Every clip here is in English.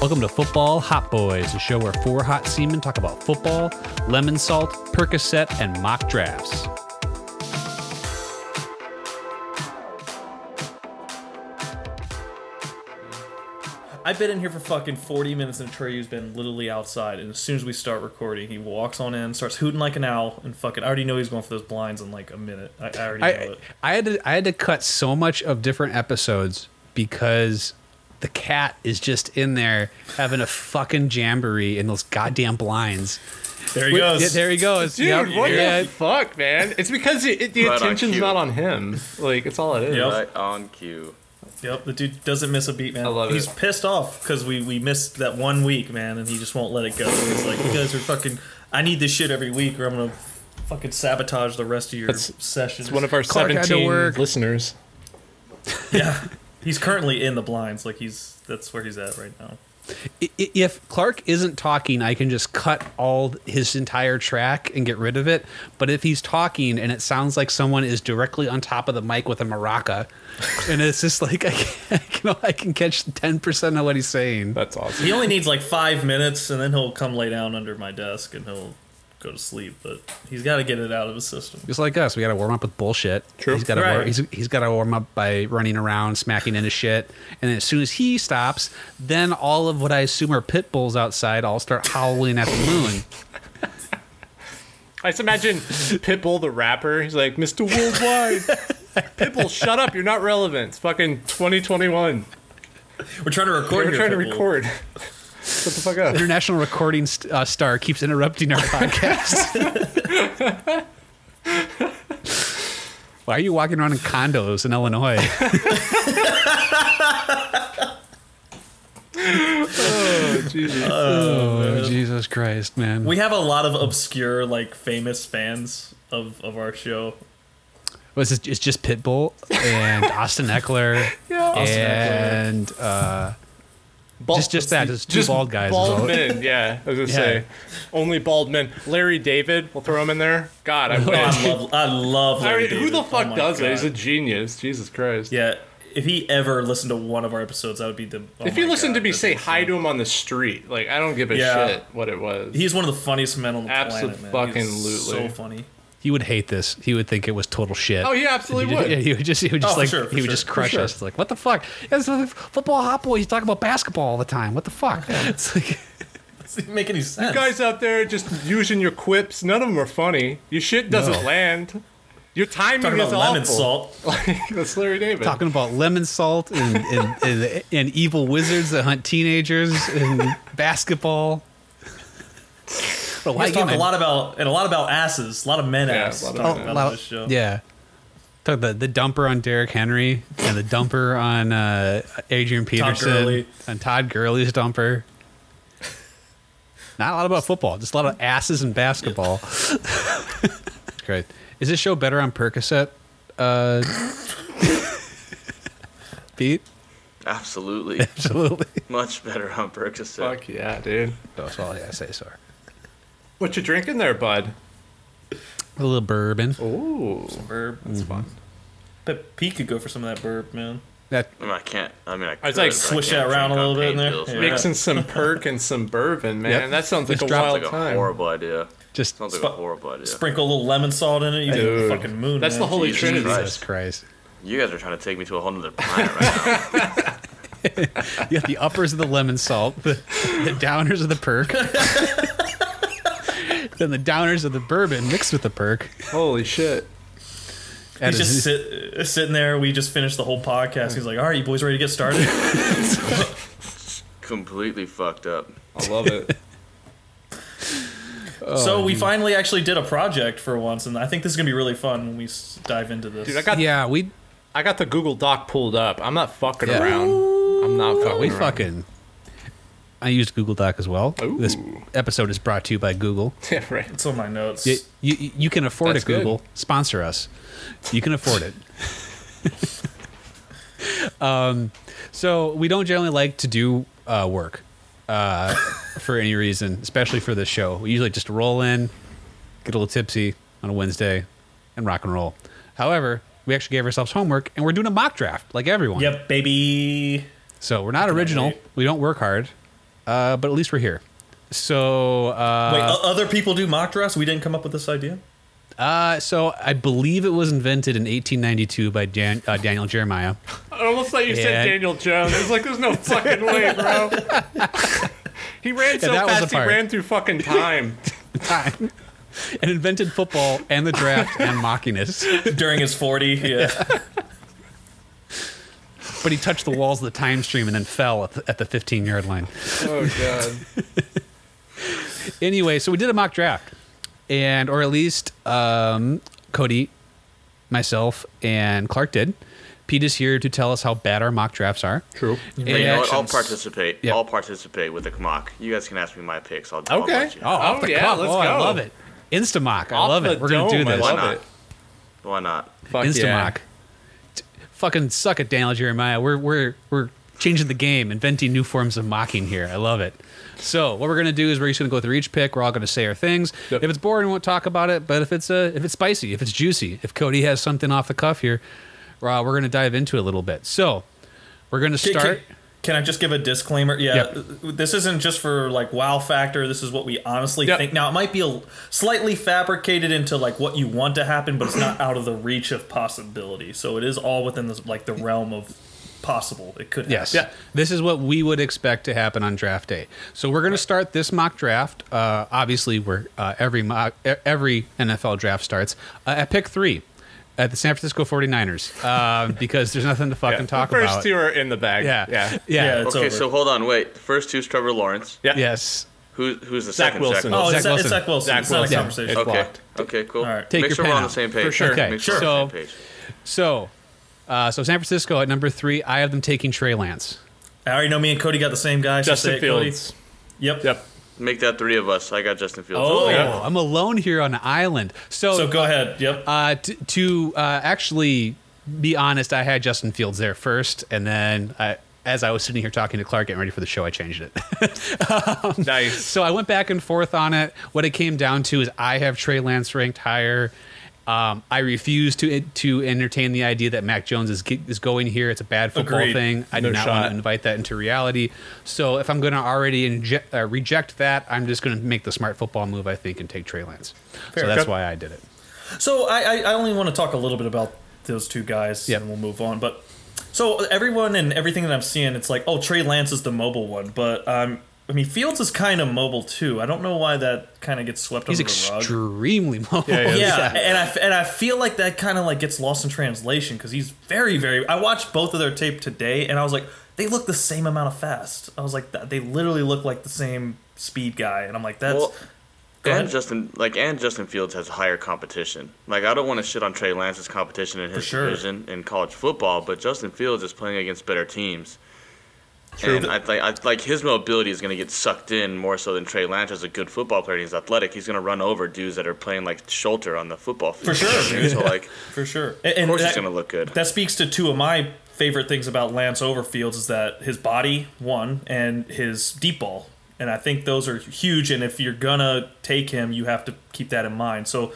Welcome to Football Hot Boys, a show where four hot seamen talk about football, lemon salt, Percocet, and mock drafts. I've been in here for fucking 40 minutes and Terry's been literally outside. And as soon as we start recording, he walks on in, starts hooting like an owl, and fucking, I already know he's going for those blinds in like a minute. I, I already know I, it. I had to I had to cut so much of different episodes because the cat is just in there having a fucking jamboree in those goddamn blinds. There he goes. Yeah, there he goes. Dude, Yep. what Yeah. the fuck, man? It's because it, it- the Right on attention's cue. not on him. Like, it's all it is. Yep. Right on cue. Yep, the dude doesn't miss a beat, man. I love He's it. pissed off because we, we missed that one week, man, and he just won't let it go. He's like, you guys are fucking. I need this shit every week, or I'm gonna fucking sabotage the rest of your That's- sessions. It's one of our Clark had to 17 work. listeners. yeah. He's currently in the blinds, like he's that's where he's at right now. I- i- If Clark isn't talking, I can just cut all his entire track and get rid of it. But if he's talking and it sounds like someone is directly on top of the mic with a maraca, and it's just like I can, I can, I can catch ten percent of what he's saying. That's awesome. He only needs like five minutes, and then he'll come lay down under my desk and he'll go to sleep. But he's got to get it out of his system. Just like us, we got to warm up with bullshit. True. He's got to Right. warm, he's, he's got to warm up by running around, smacking into shit, and then as soon as he stops, then all of what I assume are pit bulls outside all start howling at the moon. I just imagine Pitbull the rapper. He's like, Mr. Worldwide. Pitbull, shut up. You're not relevant. It's fucking 2021. We're trying to record. We're here, trying to Pitbull. record. Shut the fuck up. International recording st- uh, star keeps interrupting our podcast. Why are you walking around in condos in Illinois? oh, Jesus Christ, man. We have a lot of obscure, like famous fans of of our show. Was it, it's just Pitbull and Austin Eckler Austin Eckler. and uh, Bald- Just- just that, just two bald guys is all. Bald men, yeah. I was gonna say, only bald men. Larry David, we'll throw him in there. God, I Oh, wish. I love, I love. I Larry mean, who David. the fuck Oh my does it? He's God. a genius. Jesus Christ. yeah, if he ever listened to one of our episodes, I would be the. oh If you my listen God, to me that's say awesome. hi to him on the street, like I don't give a Yeah. shit what it was. he's one of the funniest men on the Absolute planet, man. fucking He's lutely. so funny. he would hate this. He would think it was total shit. oh, he He absolutely would, would. yeah, he would just, he would just Oh, for like, sure, for he would sure, just for crush sure. us. It's like, what the fuck? It's a football hot boy. He's talking about basketball all the time. What the fuck? It's like, Doesn't even make any sense. Guys out there just using your quips, none of them are funny. Your shit doesn't No. land. Your timing talking is about lemon awful. salt. Like, that's Larry David. talking about lemon salt and, and, and, and evil wizards that hunt teenagers and basketball. But why He's am talking I- a lot about and a lot about asses, a lot of men Yeah, ass. a lot of talking men about Well, on this show. Oh, Yeah. Talk the the dumper on Derrick Henry and the dumper on uh, Adrian Peterson Gurley. and Todd Gurley's dumper. Not a lot about football, just a lot of asses and basketball. Great. Is this show better on Percocet? Uh, Pete, Absolutely. absolutely. Much better on Percocet. Fuck yeah, dude. That's all I gotta say. Sorry. What you drinking there, bud? A little bourbon. Ooh. Burp. That's fun. But Pete could go for some of that burp, man. That I, mean, I can't. I mean, I could. was like, but I swish can't that around a drink little on bit in there. painkillers, Yeah. man. Mixing some perk and some bourbon, man. Yep. That sounds like Just a drop- wild Sounds like a time. horrible idea. just Sounds like a Sp- horrible idea. Sprinkle a little lemon salt in it. You Dude. get a fucking moon. That's the man. holy Jesus trinity. Christ. Jesus Christ. You guys are trying to take me to a whole nother planet right now. You got the uppers of the lemon salt, the, the downers of the perk, then the downers of the bourbon mixed with the perk. Holy shit. That He's just is- sit, uh, sitting there. We just finished the whole podcast. He's like, "All right, you boys ready to get started?" Completely fucked up. I love it. Oh, so we finally actually did a project for once, and I think this is gonna be really fun when we s- dive into this. Dude, I got yeah, we I got the Google Doc pulled up. I'm not fucking Yeah. around. I'm not fucking we around. fucking. I used Google Doc as well. This Ooh. episode is brought to you by Google. Yeah, right. it's on my notes. You, you, you can afford That's it, good. Google. Sponsor us. You can afford it. um, so we don't generally like to do uh, work uh, for any reason, especially for this show. We usually just roll in, get a little tipsy on a Wednesday, and rock and roll. However, we actually gave ourselves homework, and we're doing a mock draft like everyone. Yep, baby. So we're not original. wait. We don't work hard. Uh, but at least we're here. So uh, Wait, o- other people do mock drafts. We didn't come up with this idea. uh, so I believe it was invented in 1892 by Dan, uh, Daniel Jeremiah. I almost thought you Yeah. said Daniel Jones. It's like there's no fucking way, bro. he ran so that was fast a he part. ran through fucking time. time and invented football and the draft and mockiness. During his forty, yeah. But he touched the walls of the time stream and then fell at the, at the 15 yard line. oh god. Anyway, so we did a mock draft, and or at least um, Cody, myself, and Clark did. Pete is here to tell us how bad our mock drafts are. True. But you know what? I'll Oh, Reactions. participate. Yeah. I'll participate with the mock. You guys can ask me my picks. I'll. I'll Okay. let you. Oh, off the yeah, cuff. let's oh, I go. love it. Insta mock. I Off love the it. We're going to do dome, I this. love Why not? it. Why not? Fuck Insta yeah. mock. T- Fucking suck it, Daniel Jeremiah. We're we're we're changing the game, inventing new forms of mocking here. I love it. So what we're gonna do is we're just gonna go through each pick. We're all gonna say our things. Yep. If it's boring, we won't talk about it. But if it's uh, if it's spicy, if it's juicy, if Cody has something off the cuff here, uh, we're gonna dive into it a little bit. So we're gonna Can- start. Can, can I just give a disclaimer? Yeah, Yep. this isn't just for like wow factor. This is what we honestly Yep. think. Now it might be a, slightly fabricated into like what you want to happen, but it's not out of the reach of possibility. So it is all within this like the realm of possible. It could happen. Yes. This is what we would expect to happen on draft day. So we're going to start this mock draft. Uh, obviously, where uh, every mock, e- every NFL draft starts uh, at pick three at the San Francisco 49ers uh, because there's nothing to fucking Yeah. talk the first about. two are in the bag. yeah. Yeah. Yeah. Yeah. It's okay, over. so hold on. Wait. The first two's Trevor Lawrence. Yeah. Yes. Who, who's the Zach second? Wilson. Oh, Zach it's, Zach Wilson. it's Zach Wilson. Zach it's not Wilson. a conversation. It's Okay. blocked. Okay. Cool. All right. Take Make your sure pen we're on out. the same page. For sure. Okay, Make sure we're so- on the same page. So, uh, so San Francisco at number three. I have them taking Trey Lance. I already know me and Cody got the same guy. so say Justin it, Cody. Fields. Yep. Yep. Make that three of us. I got Justin Fields. Oh. Oh, I'm alone here on an island. So, So go ahead. Yep. Uh, t- to uh, actually be honest, I had Justin Fields there first, and then I, as I was sitting here talking to Clark, getting ready for the show, I changed it. Nice. so I went back and forth on it. What it came down to is I have Trey Lance ranked higher. Um, I refuse to to entertain the idea that Mac Jones is ge- is going here. It's a bad football Agreed. thing. I do No not shot. want to invite that into reality. So if I'm going to already inje- uh, reject that, I'm just going to make the smart football move, I think, and take Trey Lance. so that's Okay. why I did it. So I, I, I only want to talk a little bit about those two guys, Yep. and we'll move on. But so everyone and everything that I'm seeing, it's like, oh, Trey Lance is the mobile one, but um, I mean Fields is kind of mobile too. I don't know why that kind of gets swept He's under the rug. extremely mobile. yeah. yeah, and I and I feel like that kind of like gets lost in translation because he's very very. I watched both of their tape today, and I was like, they look the same amount of fast. I was like, th- they literally look like the same speed guy, and I'm like, that's Well, Go and ahead. Justin, like, and Justin Fields has higher competition. Like, I don't want to shit on Trey Lance's competition in his sure. division in college football, but Justin Fields is playing against better teams. True. And I, th- I like his mobility is going to get sucked in more so than Trey Lance is a good football player. and He's athletic. He's going to run over dudes that are playing like Schulter on the football field. For You know what I sure. mean? So like, for sure. And, and of course he's that- going to look good. that speaks to two of my favorite things about Lance Overfields is that his body, one, and his deep ball. And I think those are huge. And if you're gonna take him, you have to keep that in mind. So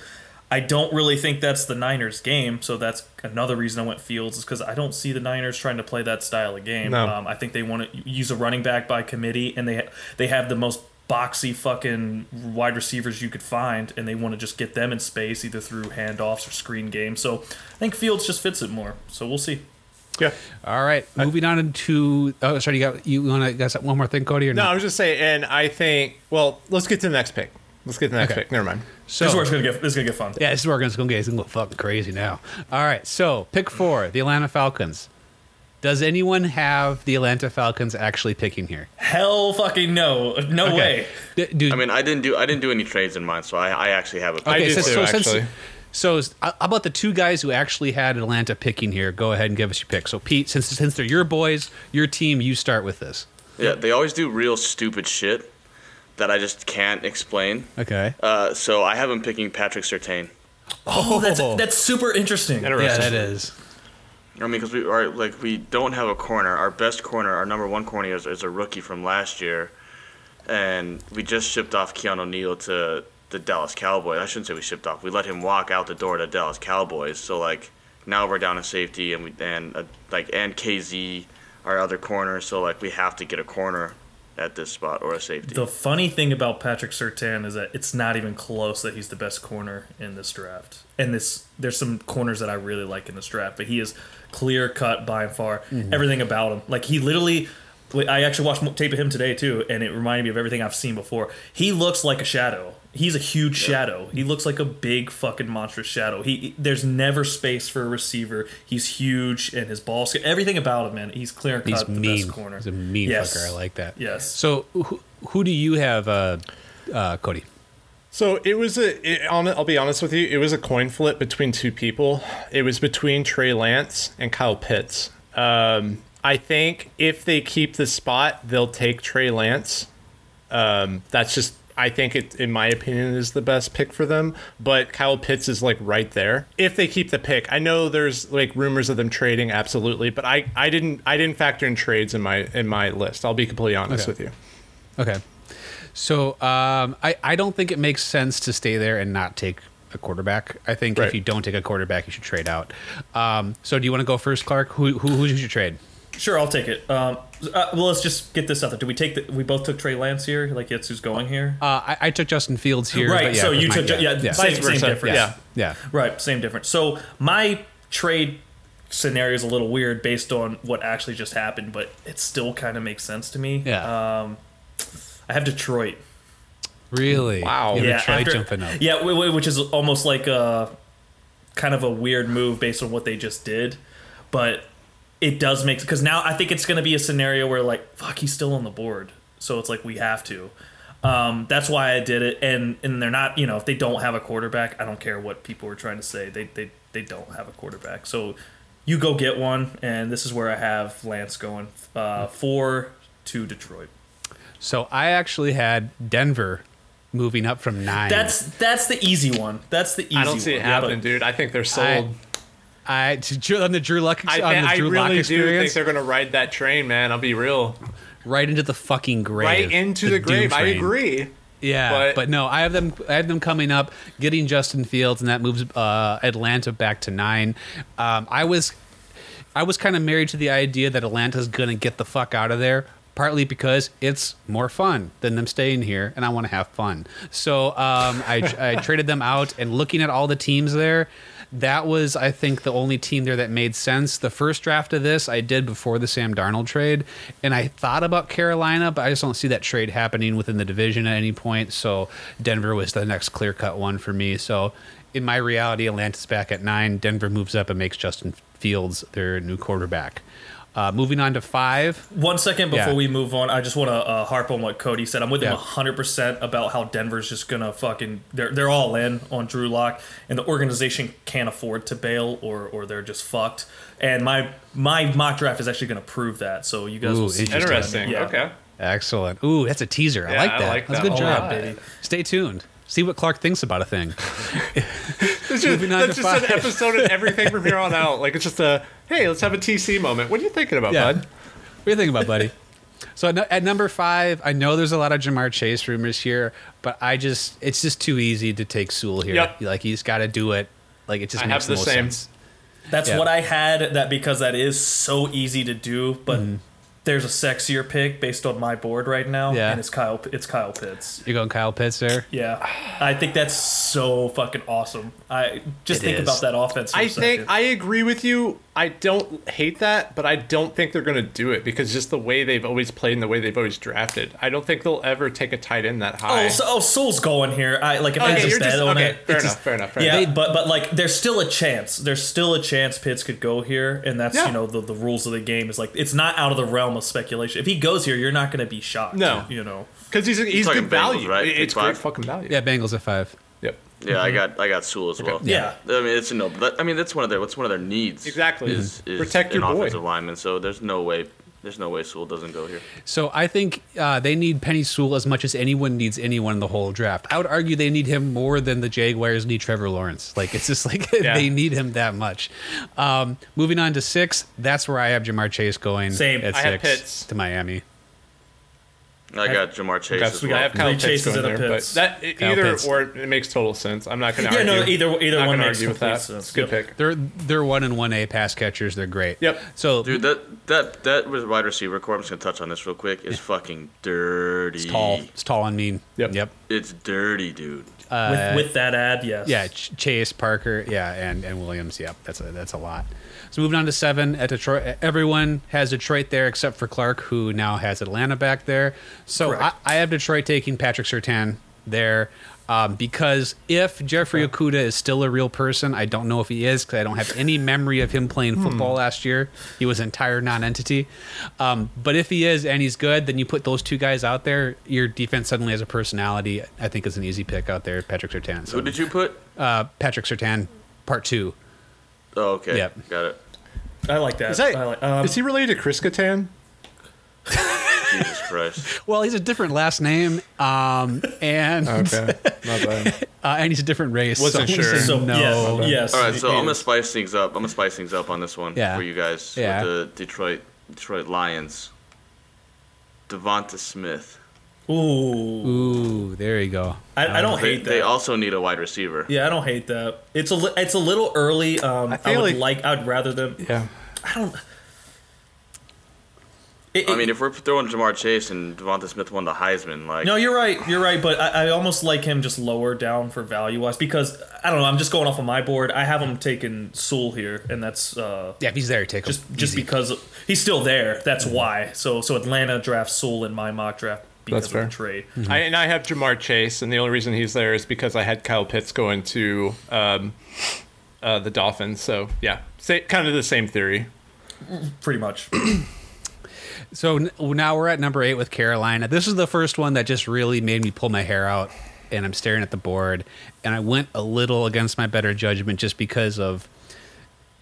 I don't really think that's the Niners game. So that's another reason I went Fields is because I don't see the Niners trying to play that style of game. No. Um, I think they want to use a running back by committee, and they they have the most boxy fucking wide receivers you could find, and they want to just get them in space either through handoffs or screen games. So I think Fields just fits it more. So we'll see. Yeah. All right, moving on into. Oh, sorry, you got you want to guys got one more thing, Cody, or No, no? I was just saying, and I think. Well, let's get to the next pick. Let's get to the next Okay. pick. Never mind. So This is where it's gonna get this is gonna get fun. yeah, this is where it's going to get it's gonna go fucking crazy now. All right, so pick four, the Atlanta Falcons. Does anyone have the Atlanta Falcons actually picking here? Hell fucking no, no way. D- dude. I mean, I didn't do I didn't do any trades in mine, so I, I actually have a pick. I okay, do so, too, so actually. since so is- how about the two guys who actually had Atlanta picking here? Go ahead and give us your pick. So Pete, since since they're your boys, your team, you start with this. Yeah, they always do real stupid shit that I just can't explain. Okay. Uh, so I have him picking Patrick Sertain. Oh, that's that's super interesting. yeah, Interesting. that is. I mean, because we are like we don't have a corner. Our best corner, our number one corner, is, is a rookie from last year, and we just shipped off Keanu Neal to the Dallas Cowboys. I shouldn't say we shipped off. We let him walk out the door to Dallas Cowboys. So like now we're down to safety, and we and uh, like and KZ, our other corner. So like we have to get a corner at this spot or a safety. The funny thing about Patrick Sertan is that it's not even close that he's the best corner in this draft. And this, there's some corners that I really like in this draft, but he is clear cut by and far. Mm-hmm. Everything about him, like he literally, I actually watched mo- tape of him today too, and it reminded me of everything I've seen before. He looks like a shadow. He's a huge shadow. He looks like a big fucking monstrous shadow. He there's never space for a receiver. He's huge and his ball sk- everything about him, man. He's clear cut. He's the mean. Best corner. He's a mean Yes. fucker. I like that. Yes. So who, who do you have, uh, uh, Cody? So it was a. It, on, I'll be honest with you. It was a coin flip between two people. It was between Trey Lance and Kyle Pitts. Um, I think if they keep the spot, they'll take Trey Lance. Um, that's just. I think it, in my opinion, is the best pick for them. But Kyle Pitts is like right there. If they keep the pick, I know there's like rumors of them trading, absolutely. But I, I didn't, I didn't factor in trades in my in my list. I'll be completely honest Okay. with you. Okay. So um, I, I don't think it makes sense to stay there and not take a quarterback. I think if Right. you don't take a quarterback, you should trade out. Um, so do you want to go first, Clark? Who who who should you trade? Sure, I'll take it. Um, uh, well, let's just get this out there. Do we take the? We both took Trey Lance here. Like, it's who's going here? Uh, I, I took Justin Fields here. Right, but yeah, so with you my- took- yeah, yeah, same- Vice same versa. difference. Yeah, yeah. right, same difference. So my trade scenario is a little weird based on what actually just happened, but it still kind of makes sense to me. Yeah. Um, I have Detroit. Really? Wow. You have yeah, Detroit after- jumping up. Yeah, w- w- which is almost like a kind of a weird move based on what they just did, but it does make because now I think it's going to be a scenario where like fuck he's still on the board, so it's like we have to. Um, that's why I did it, and and they're not you know if they don't have a quarterback, I don't care what people are trying to say they they they don't have a quarterback, so you go get one, and this is where I have Lance going uh, four to Detroit. So I actually had Denver moving up from nine. That's that's the easy one. That's the easy. I don't see it one. Yeah, but- happening, dude. I think they're I, sold. I to Drew, on the Drew Luck I, on the I Drew Lock really do think experience they're gonna ride that train, man. I'll be real, right into the fucking grave. right into the, doom grave. I train. agree. Yeah, but, But- no, I have them. I have them coming up, getting Justin Fields, and that moves uh, Atlanta back to nine. Um, I was, I was kind of married to the idea that Atlanta's gonna get the fuck out of there, partly because it's more fun than them staying here, and I want to have fun. So um, I, I traded them out, and looking at all the teams there. That was, I think, the only team there that made sense. The first draft of this I did before the Sam Darnold trade, and I thought about Carolina, but I just don't see that trade happening within the division at any point. So Denver was the next clear cut one for me. So in my reality, Atlanta's back at nine. Denver moves up and makes Justin Fields their new quarterback. Uh, moving on to five. One second before Yeah. we move on, I just want to uh, harp on what Cody said. I'm with Yeah. him 100% about how Denver's just going to fucking they're they're all in on Drew Lock and the organization can't afford to bail or or they're just fucked. And my my mock draft is actually going to prove that. So you guys Ooh, will see. Interesting. Interesting. Yeah. Okay. Excellent. Ooh, that's a teaser. I Yeah, like I that. like that's that a good a lot. job. Stay tuned. See what Clark thinks about a thing. It's just, Moving on that's to just five. an episode of everything from here on out. Like it's just a hey, let's have a TC moment. What are you thinking about, Yeah. bud? What do you think about, buddy? So at, nu- at number five, I know there's a lot of Jamar Chase rumors here, but I just it's just too easy to take Sewell here. Yep. Like he's got to do it. Like it just I makes have the the most same. sense. That's Yeah. what I had that because that is so easy to do, but Mm-hmm. there's a sexier pick based on my board right now Yeah. and it's Kyle it's Kyle Pitts. You're going Kyle Pitts there. Yeah. I think that's so fucking awesome. I just It think is. about that offense for a I second. think I agree with you. I don't hate that, but I don't think they're gonna do it because just the way they've always played and the way they've always drafted. I don't think they'll ever take a tight end that high. Oh, so, oh, Soul's going here. I like if I Okay, just you're bet just- on okay, it. fair it's enough, just- fair enough, fair yeah, enough. but but like there's still a chance. There's still a chance Pitts could go here, and that's Yeah. you know the, the rules of the game is like it's not out of the realm of speculation. If he goes here, you're not going to be shocked. No. you know. Because he's he's talking good Bengals, value. right? It's Big great five? fucking value. Yeah, Bengals at five. Yep. yeah, I got I got Sewell as well. Mhm. Yeah. I mean it's a no. That, I mean that's one of their that's one of their needs. Exactly. Is, is Protect an your boy. offensive lineman. So there's no way there's no way Sewell doesn't go here. So I think uh, they need Penny Sewell as much as anyone needs anyone in the whole draft. I would argue they need him more than the Jaguars need Trevor Lawrence. Like it's just like Yeah. they need him that much. Um, moving on to six, that's where I have Jamar Chase going. Same. At I have six Pitts. to Miami. I got Jamar Chase. Okay, as we well. got, I have Kyle Three Pitts chases going and a there, but Pitts. that e- Kyle either Pitts. or it makes total sense. I'm not going to Yeah, argue. no, either- either Not one gonna makes argue with complete that. sense. It's a good Yep. pick. They're they're one and one A pass catchers. They're great. Yep. So Dude, that that that was wide receiver core. I'm just gonna touch on this real quick. Is fucking dirty. it's tall. It's tall and mean. Yep. Yep. It's dirty, dude. with, with that ad, yes. Uh, Yeah, Ch- Chase, Parker, yeah, and, and Williams. Yep, that's a, that's a lot. So moving on to seven at Detroit. e, Everyone has Detroit there except for Clark, who now has Atlanta back there. So I, Correct. I have Detroit taking Patrick Sertan there um, because if Jeffrey Okuda is still a real person, I don't know if he is because I don't have any memory of him playing football last year. He was an entire non-entity. Um, but if he is and he's good, then you put those two guys out there. Your defense suddenly has a personality. I think is an easy pick out there, Patrick Sertan. So Who did you put? uh, Patrick Sertan, part two. Oh, okay. Yep. Got it. I like that. Is, that, I like, um, is he related to Chris Kattan? Jesus Christ. Well, he's a different last name, um, and Okay, not bad. uh, and he's a different race. Wasn't so we sure. say so, no. yes, yes. All right, so I'm It gonna is. spice things up. I'm gonna spice things up on this one Yeah. for you guys Yeah. with the Detroit Detroit Lions. Devonta Smith. Ooh. Ooh, there you go. I, I don't They, hate that. they also need a wide receiver. yeah, I don't hate that. It's a li- it's a little early. Um, I, feel would like, like- I'd rather them. Yeah, I don't. It- I it- mean, if we're throwing Jamar Chase and Devonta Smith won the Heisman, like No, you're right. You're right, but I, I almost like him just lower down for value wise because I don't know. I'm just going off of my board. I have him taking Sewell here, and that's uh, Yeah, if he's there, take him. just just Easy. because he's still there. That's why. So so Atlanta drafts Sewell in my mock draft because That's of fair. the trade. I, and I have Jamar Chase, and the only reason he's there is because I had Kyle Pitts going to um, uh, the Dolphins. So yeah, Sa kind of the same theory. Pretty much. So n- now we're at number eight with Carolina. This is the first one that just really made me pull my hair out, and I'm staring at the board. And I went a little against my better judgment just because of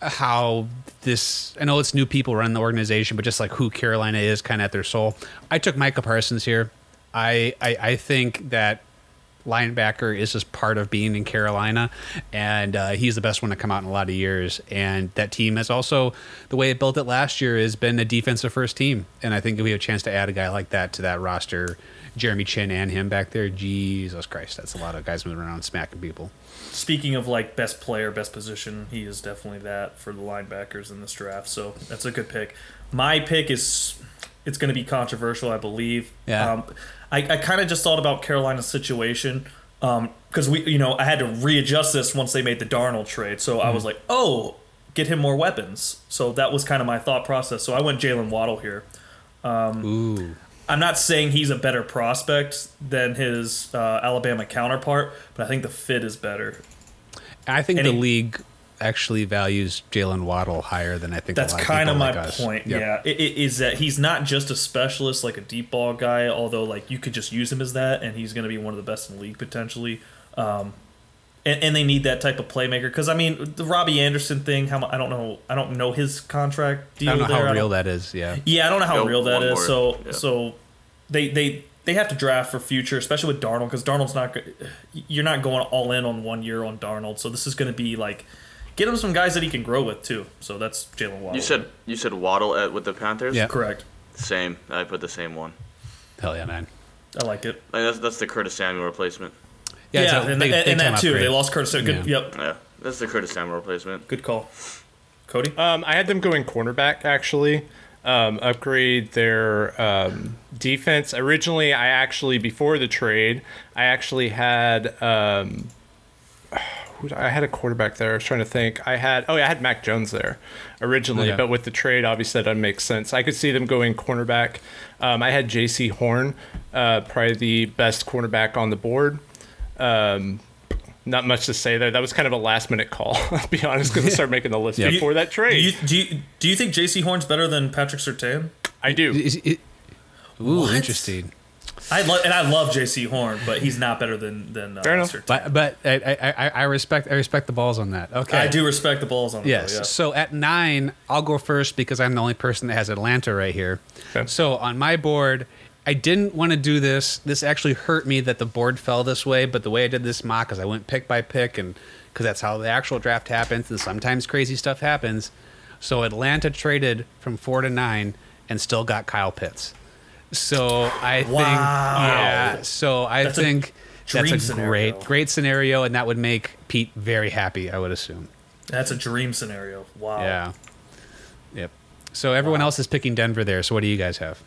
how this. I know it's new people running the organization, but just like who Carolina is, kind of at their soul. I took Micah Parsons here. I I, I think that linebacker is just part of being in Carolina, and uh, he's the best one to come out in a lot of years. And that team has also, the way it built it last year, has been a defensive first team. And I think if we have a chance to add a guy like that to that roster, Jeremy Chin and him back there, Jesus Christ, that's a lot of guys moving around smacking people. Speaking of like best player, best position, he is definitely that for the linebackers in this draft. So that's a good pick. My pick is it's going to be controversial, I believe. Yeah. Um, I, I kind of just thought about Carolina's situation because we, you know, I had to readjust this once they made the Darnold trade. So I was like, oh, get him more weapons. So that was kind of my thought process. So I went Jalen Waddle here. Ooh. I'm not saying he's a better prospect than his uh, Alabama counterpart, but I think the fit is better. I think Any- the league actually values Jalen Waddle higher than I think. That's a lot kind of people my like us. point. Yep. Yeah, it, it is that he's not just a specialist like a deep ball guy, although like you could just use him as that, and he's going to be one of the best in the league potentially. Um, and, and they need that type of playmaker because I mean the Robbie Anderson thing. How mu- I don't know. I don't know his contract deal. I don't know there. how I real don't- that is. Yeah. Yeah, I don't know how No, real that one is. more. So Yeah. so they they they have to draft for future, especially with Darnold, because Darnold's not. go- You're not going all in on one year on Darnold, so this is going to be like get him some guys that he can grow with too. So that's Jalen Waddle. you said you said Waddle at with the Panthers. Yeah. correct. Same. I put the same one. Hell yeah, man. I like it. Like, that's that's the Curtis Samuel replacement. Yeah, it's a and, big- and, big and time that too. They upgrade. lost Curtis. So good. Yeah. Yep. Yeah, that's the Curtis Samuel replacement. Good call, Cody. Um, I had them going cornerback actually. Um, upgrade their um, defense. Originally, I actually before the trade, I actually had um, who I had a quarterback there. I was trying to think. I had oh yeah, I had Mac Jones there originally, Okay. but with the trade, obviously that doesn't make sense. I could see them going cornerback. Um, I had J.C. Horn, uh, probably the best cornerback on the board. Um, not much to say there. That was kind of a last minute call. I'll be honest, because I started making the list Yeah. before that do trade. you do you, do you think J.C. Horn's better than Patrick Sertan? I do. Is it- ooh, What? interesting. I love and I love J.C. Horn, but he's not better than than uh, Fair enough. But Surtain. but I, I, I- I respect I respect the balls on that. Okay. I do respect the balls on him. though, Yes. yeah. So at nine, I'll go first because I'm the only person that has Atlanta right here. Okay. So on my board, I didn't want to do this. This actually hurt me that the board fell this way, but the way I did this mock is I went pick by pick, and because that's how the actual draft happens, and sometimes crazy stuff happens. So Atlanta traded from four to nine and still got Kyle Pitts. So I think yeah. So I That's a think that's dream a scenario. great great scenario, and that would make Pete very happy. I would assume. That's a dream scenario. Wow. Yeah. Yep. So everyone else is picking Denver there. So what do you guys have?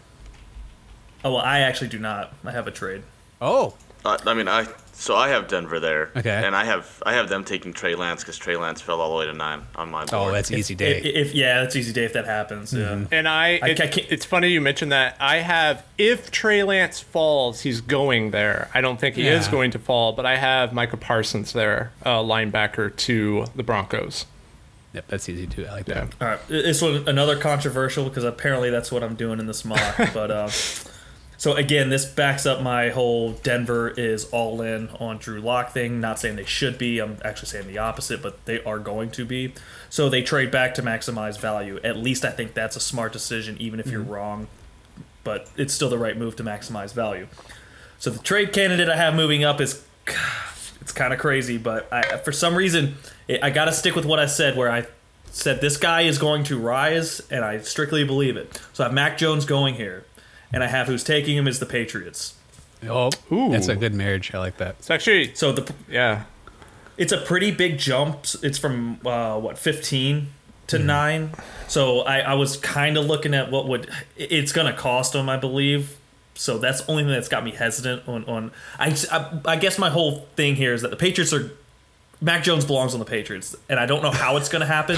Oh well, I actually do not. I have a trade. Oh, I, I mean, I so I have Denver there. Okay. And I have I have them taking Trey Lance because Trey Lance fell all the way to nine on my board. oh, that's easy If, day. Mm-hmm. if- yeah, that's easy day if that happens. Yeah. And I, I it- can't- it's funny you mentioned that. I have, if Trey Lance falls, he's going there. I don't think he is Yeah. going to fall, but I have Michael Parsons there, uh, linebacker to the Broncos. Yep, that's easy too. I like Yeah. that. All right, this one another controversial because apparently that's what I'm doing in this mock. but uh, so again, this backs up my whole Denver is all in on Drew Lock thing. Not saying they should be. I'm actually saying the opposite, but they are going to be. So they trade back to maximize value. At least I think that's a smart decision, even if you're wrong. But it's still the right move to maximize value. So the trade candidate I have moving up is it's kind of crazy, but I, for some reason it, I got to stick with what I said, where I said this guy is going to rise, and I strictly believe it. So I have Mac Jones going here, and I have who's taking him is the Patriots. Oh, Ooh. that's a good marriage. I like that. It's actually, So the yeah. it's a pretty big jump. It's from uh, what fifteen to nine. So I, I was kind of looking at what would it- it's going to cost them, I believe. So that's the only thing that's got me hesitant on on. I, I I guess my whole thing here is that the Patriots are. Mac Jones belongs on the Patriots, and I don't know how it's going to happen,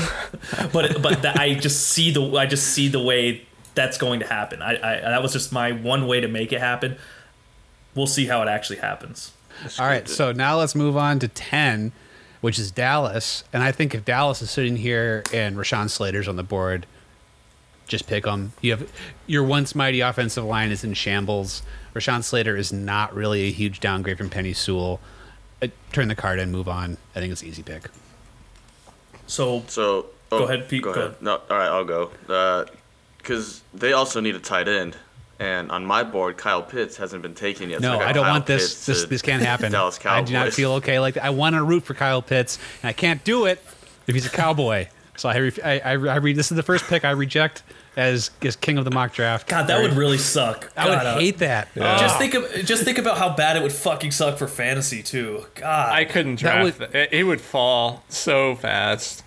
but but that I just see the I just see the way that's going to happen. I, I that was just my one way to make it happen. We'll see how it actually happens. All right, good. so now let's move on to 10, which is Dallas. And I think if Dallas is sitting here and Rashawn Slater's on the board, just pick him. You have your once mighty offensive line is in shambles. Rashawn Slater is not really a huge downgrade from Penny Sewell. Uh, turn the card and move on. I think it's an easy pick. So So oh, Go ahead, Pete, go ahead. No, all right, I'll go. Because they also need a tight end, and on my board, Kyle Pitts hasn't been taken yet. so No, got I don't Kyle want this. Pitts This to this can't happen. Dallas Cowboys. I do not feel okay like that. I want to root for Kyle Pitts, and I can't do it if he's a cowboy. So I, ref- I, I, I read this is the first pick I reject as as king of the mock draft. God, that would really suck. I would God, uh, hate that. Ah. Just think of just think about how bad it would fucking suck for fantasy too. God, I couldn't That draft. That it, it would fall so fast.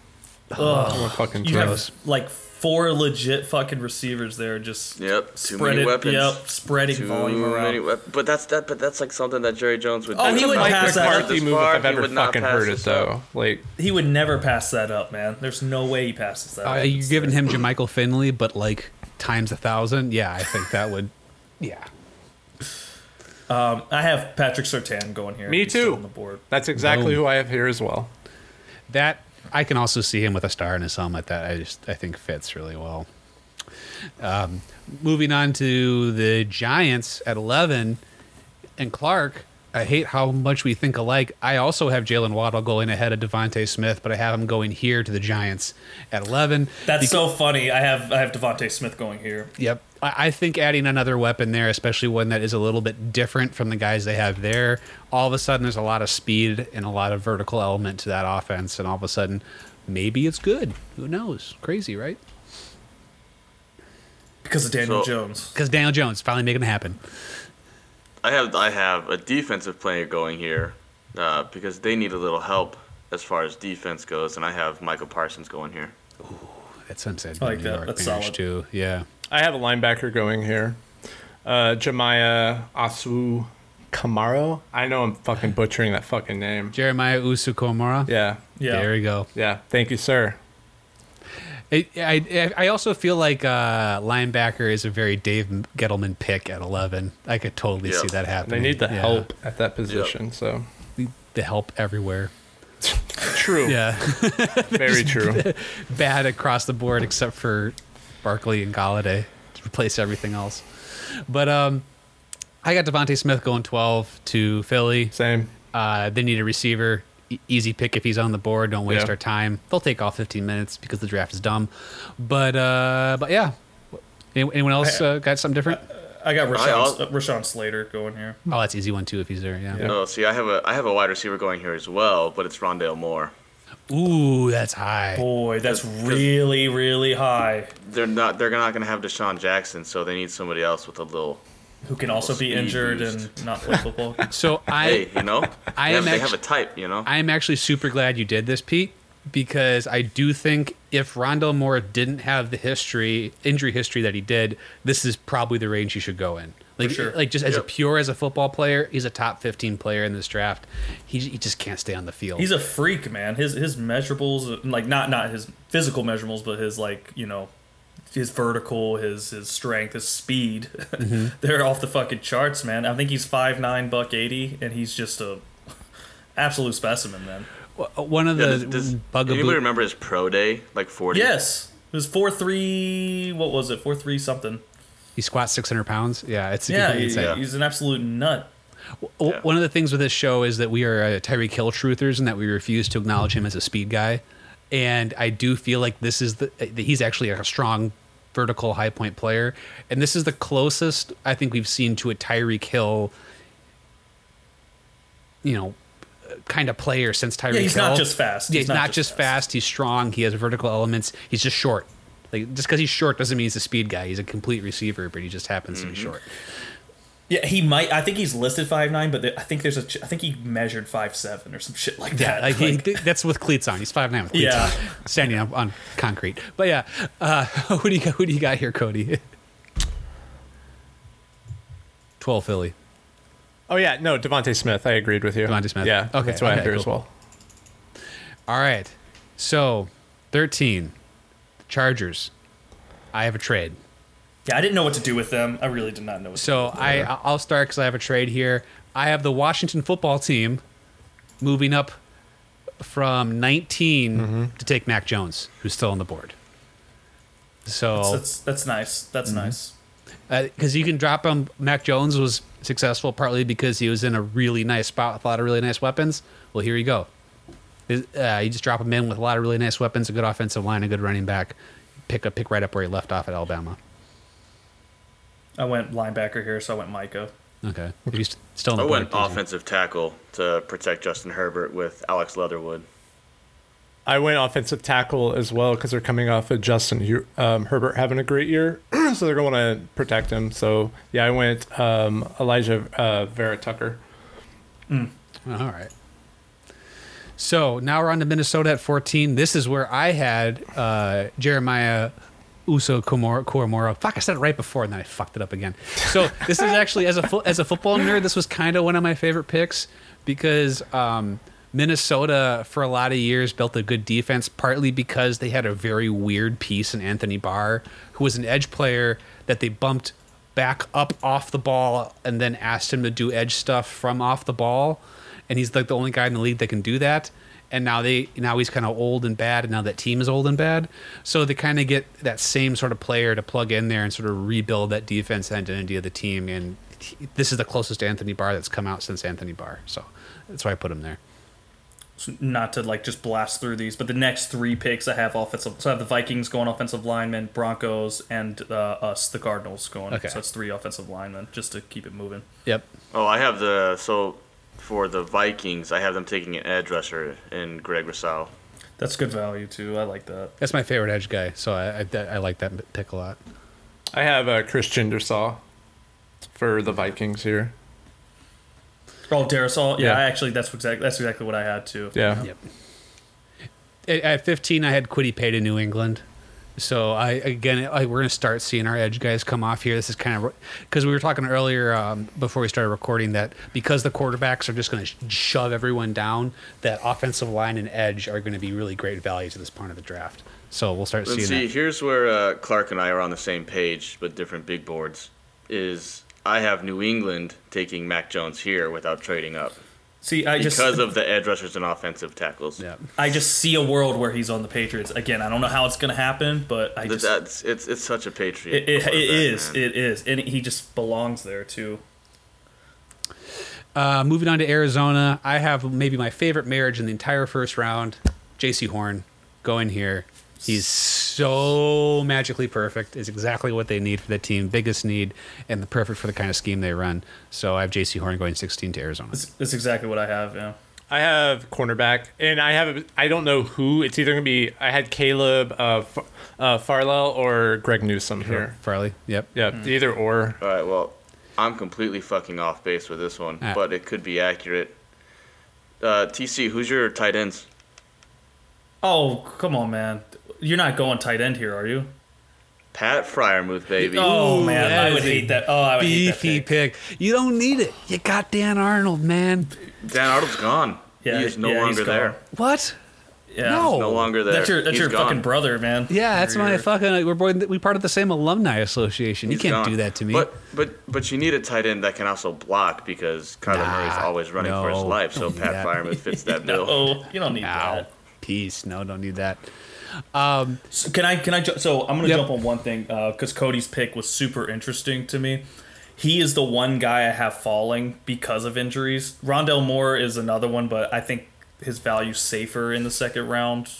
Ugh, fucking you gross. have like four legit fucking receivers there. Just Yep, too spread many it. weapons. Yep, spreading Too volume around. many wep- but that's that. But that's like something that Jerry Jones would. Oh, do. he would If pass was that this up. McCarthy move far, if I've he ever would not fucking pass heard it this up. though. Like He would never pass that up, man. There's no way he passes that. Uh, up. you're giving him Jermichael Finley, but like times a thousand. Yeah, I think that would. Yeah. Um, I have Patrick Sertan going here. Me He's still too. On the board. that's exactly Boom. who I have here as well. that I can also see him with a star in his helmet that I just I think fits really well. Um, moving on to the Giants at eleven, and Clark. I hate how much we think alike. I also have Jalen Waddle going ahead of Devonte Smith, but I have him going here to the Giants at eleven. That's so funny. I have I have Devonte Smith going here. Yep. I I think adding another weapon there, especially one that is a little bit different from the guys they have there, all of a sudden there's a lot of speed and a lot of vertical element to that offense. And all of a sudden, maybe it's good. Who knows? Crazy, right? Because of Daniel So- Jones, Because Daniel Jones finally making it happen. I have I have a defensive player going here uh, because they need a little help as far as defense goes, and I have Michael Parsons going here. That's sunset. I like that. That's solid. Too. Yeah. I have a linebacker going here. Uh, Jemiah Asu Kamaro. I know I'm fucking butchering that fucking name. Jeremiah Usukomara. Yeah. yeah. There you go. Yeah. Thank you, sir. I, I, I also feel like uh, linebacker is a very Dave Gettleman pick at 11. I could totally Yeah. see that They happening. need the Yeah. help at that position. So The help everywhere. true. Yeah. Very true. bad across the board except for Barkley and Galladay to replace everything else. But um, I got Devontae Smith going 12 to Philly. Same. Uh, they need a receiver. E- easy pick if he's on the board. Don't waste Yeah. our time. They'll take all 15 minutes because the draft is dumb. But uh, but yeah. Any- Anyone else uh, got something different? I got I Rashawn, uh, al- Rashawn Slater going here. Oh, that's easy one too if he's there. Yeah. Yeah. Oh, see, I have a I have a wide receiver going here as well, but it's Rondale Moore. Ooh, that's high. Boy, that's Just- just- really, really high. They're not. They're not going to have Deshaun Jackson, so they need somebody else with a little. Who can also be Speed injured boost. and not play football. So I Hey, you know, I they, am have, they actu- have a type. You know, I am actually super glad you did this, Pete, because I do think if Rondell Moore didn't have the history injury history that he did, this is probably the range he should go in. Like, sure. like just as a Yep. pure as a football player, he's a top fifteen player in this draft. He, he just can't stay on the field. He's a freak, man. His his measurables, like not not his physical measurables, but his like you know, his vertical, his his strength, his speed. Mm-hmm. They're off the fucking charts, man. I think he's five nine, buck eighty, and he's just a absolute specimen, man. uh, one of Yeah, the does- does anybody bugaboo. remember his pro day? Like forty. Yes, it was four three. What was it? Four three something. he squats six hundred pounds. Yeah, it's Yeah, completely he- insane. he's an absolute nut. W- Yeah. One of the things with this show is that we are uh, Tyree Kill truthers and that we refuse to acknowledge him as a speed guy. And I do feel like this is the that he's actually a strong vertical high point player, and this is the closest I think we've seen to a Tyree Kill, you know, kind of player since Tyree. Yeah, he's not just fast. Yeah, he's, not, just fast. He's strong. He has vertical elements. He's just short. Like just because he's short doesn't mean he's a speed guy. He's a complete receiver, but he just happens to be short. Yeah, he might. I think he's listed five nine, but there, I think there's a. ch- I think he measured five seven or some shit like Yeah, that. like, he- Like, th- that's with cleats on. He's five nine with cleats Yeah. on, standing up on concrete. But yeah, uh, who do you got, who do you got here, Cody? Twelve Philly. Oh yeah, no, Devonte Smith. I agreed with you. Devontae Smith. Yeah, Okay, that's what okay, I heard as cool. well. All right, so thirteen, Chargers. I have a trade. yeah, I didn't know what to do with them. I really did not know. What to So I I'll start because I have a trade here. I have the Washington football team moving up from 19 Mm-hmm. to take Mac Jones, who's still on the board. So do. That's that's nice. That's nice. because Uh, you can drop him. Mac Jones was successful partly because he was in a really nice spot with a lot of really nice weapons. Well, here you go. Is- Uh, you just drop him in with a lot of really nice weapons, a good offensive line, a good running back. Pick up, pick right up where he left off at Alabama. I went linebacker here, so I went Micah. Okay, if he's still in I the went board, please. offensive tackle to protect Justin Herbert with Alex Leatherwood. I went offensive tackle as well because they're coming off of Justin Hu- um, Herbert having a great year, so they're going to want to protect him. So yeah, I went um, Elijah uh, Vera Tucker. All right. So now we're on to Minnesota at 14. This is where I had uh, Jeremiah Uso Koromora. Fuck, I said it right before and then I fucked it up again. So this is actually, as a, fo- as a football nerd, this was kind of one of my favorite picks because um, Minnesota, for a lot of years, built a good defense, partly because they had a very weird piece in Anthony Barr, who was an edge player that they bumped back up off the ball and then asked him to do edge stuff from off the ball and he's like the only guy in the league that can do that and now they now he's kind of old and bad and now that team is old and bad so they kind of get that same sort of player to plug in there and sort of rebuild that defense identity of the team and he- this is the closest to Anthony Barr that's come out since Anthony Barr so that's why I put him there So not to like just blast through these, but the next three picks I have offensive. So I have the Vikings going offensive linemen, Broncos, and uh, us, the Cardinals, going. Okay. So that's three offensive linemen just to keep it moving. yep Oh, I have the so for the Vikings, I have them taking an edge rusher in Greg Rousseau. That's good value too. I like that. that's my favorite edge guy so I I, that- I like that pick a lot I have uh, Christian Dersaw for the Vikings here. Oh, Darisol. Yeah, Yeah. I actually that's exactly that's exactly what I had too. Yeah, Yep. At- At 15, I had Quiddy Pay to New England. So I again, I, we're gonna start seeing our edge guys come off here. This is kind of because we were talking earlier um, before we started recording that because the quarterbacks are just gonna sh- shove everyone down, that offensive line and edge are gonna be really great values at this point of the draft. So we'll start But seeing see, that. here's where uh, Clark and I are on the same page, but different big boards. Is I have New England taking Mac Jones here without trading up See, I just because of the edge rushers and offensive tackles. Yeah. I just see a world where he's on the Patriots again. I don't know how it's gonna happen, but I Th- just That's it's it's such a patriot. it, it, quarterback, it is man. it is, and he just belongs there too. Uh, moving on to Arizona, I have maybe my favorite marriage in the entire first round, J.C. Horn. Go in here. He's so magically perfect. Is exactly what they need for the team, biggest need, and the perfect for the kind of scheme they run. So I have J.C. Horn going 16 to Arizona. That's, that's exactly what I have. Yeah. I have cornerback, and I have I don't know who. It's either gonna be I had Caleb uh, F- uh, Farlell or Greg Newsom here. Farley. Yep. Yeah, either or. All right, well, I'm completely fucking off base with this one, Ah. but it could be accurate. Uh, TC, who's your tight ends? Oh, come on, man. You're not going tight end here, are you? Pat Fryermuth, baby. Oh Ooh, man, that I would is a hate that. Oh, I would hate that Beefy pick. pick. You don't need it. You got Dan Arnold, man. Dan Arnold's gone. Yeah, he is no yeah, he's longer gone. there. What? Yeah. No. No longer there. That's your that's He's your gone. fucking brother, man. Yeah, that's You're- my you're- fucking. We're born, we part of the same alumni association. He's you can't gone. do that to me. But but but you need a tight end that can also block because Kyler Nah, Murray's always running for his no. life. So Don't do Pat that. Fryermuth fits that bill. Oh, you don't need Ow. that. Peace. No, don't need that. So can I? Can I? Ju- so I'm gonna Yep. jump on one thing because Cody's pick was super interesting to me. He is the one guy I have falling because of injuries. Rondell Moore is another one, but I think his value's safer in the second round.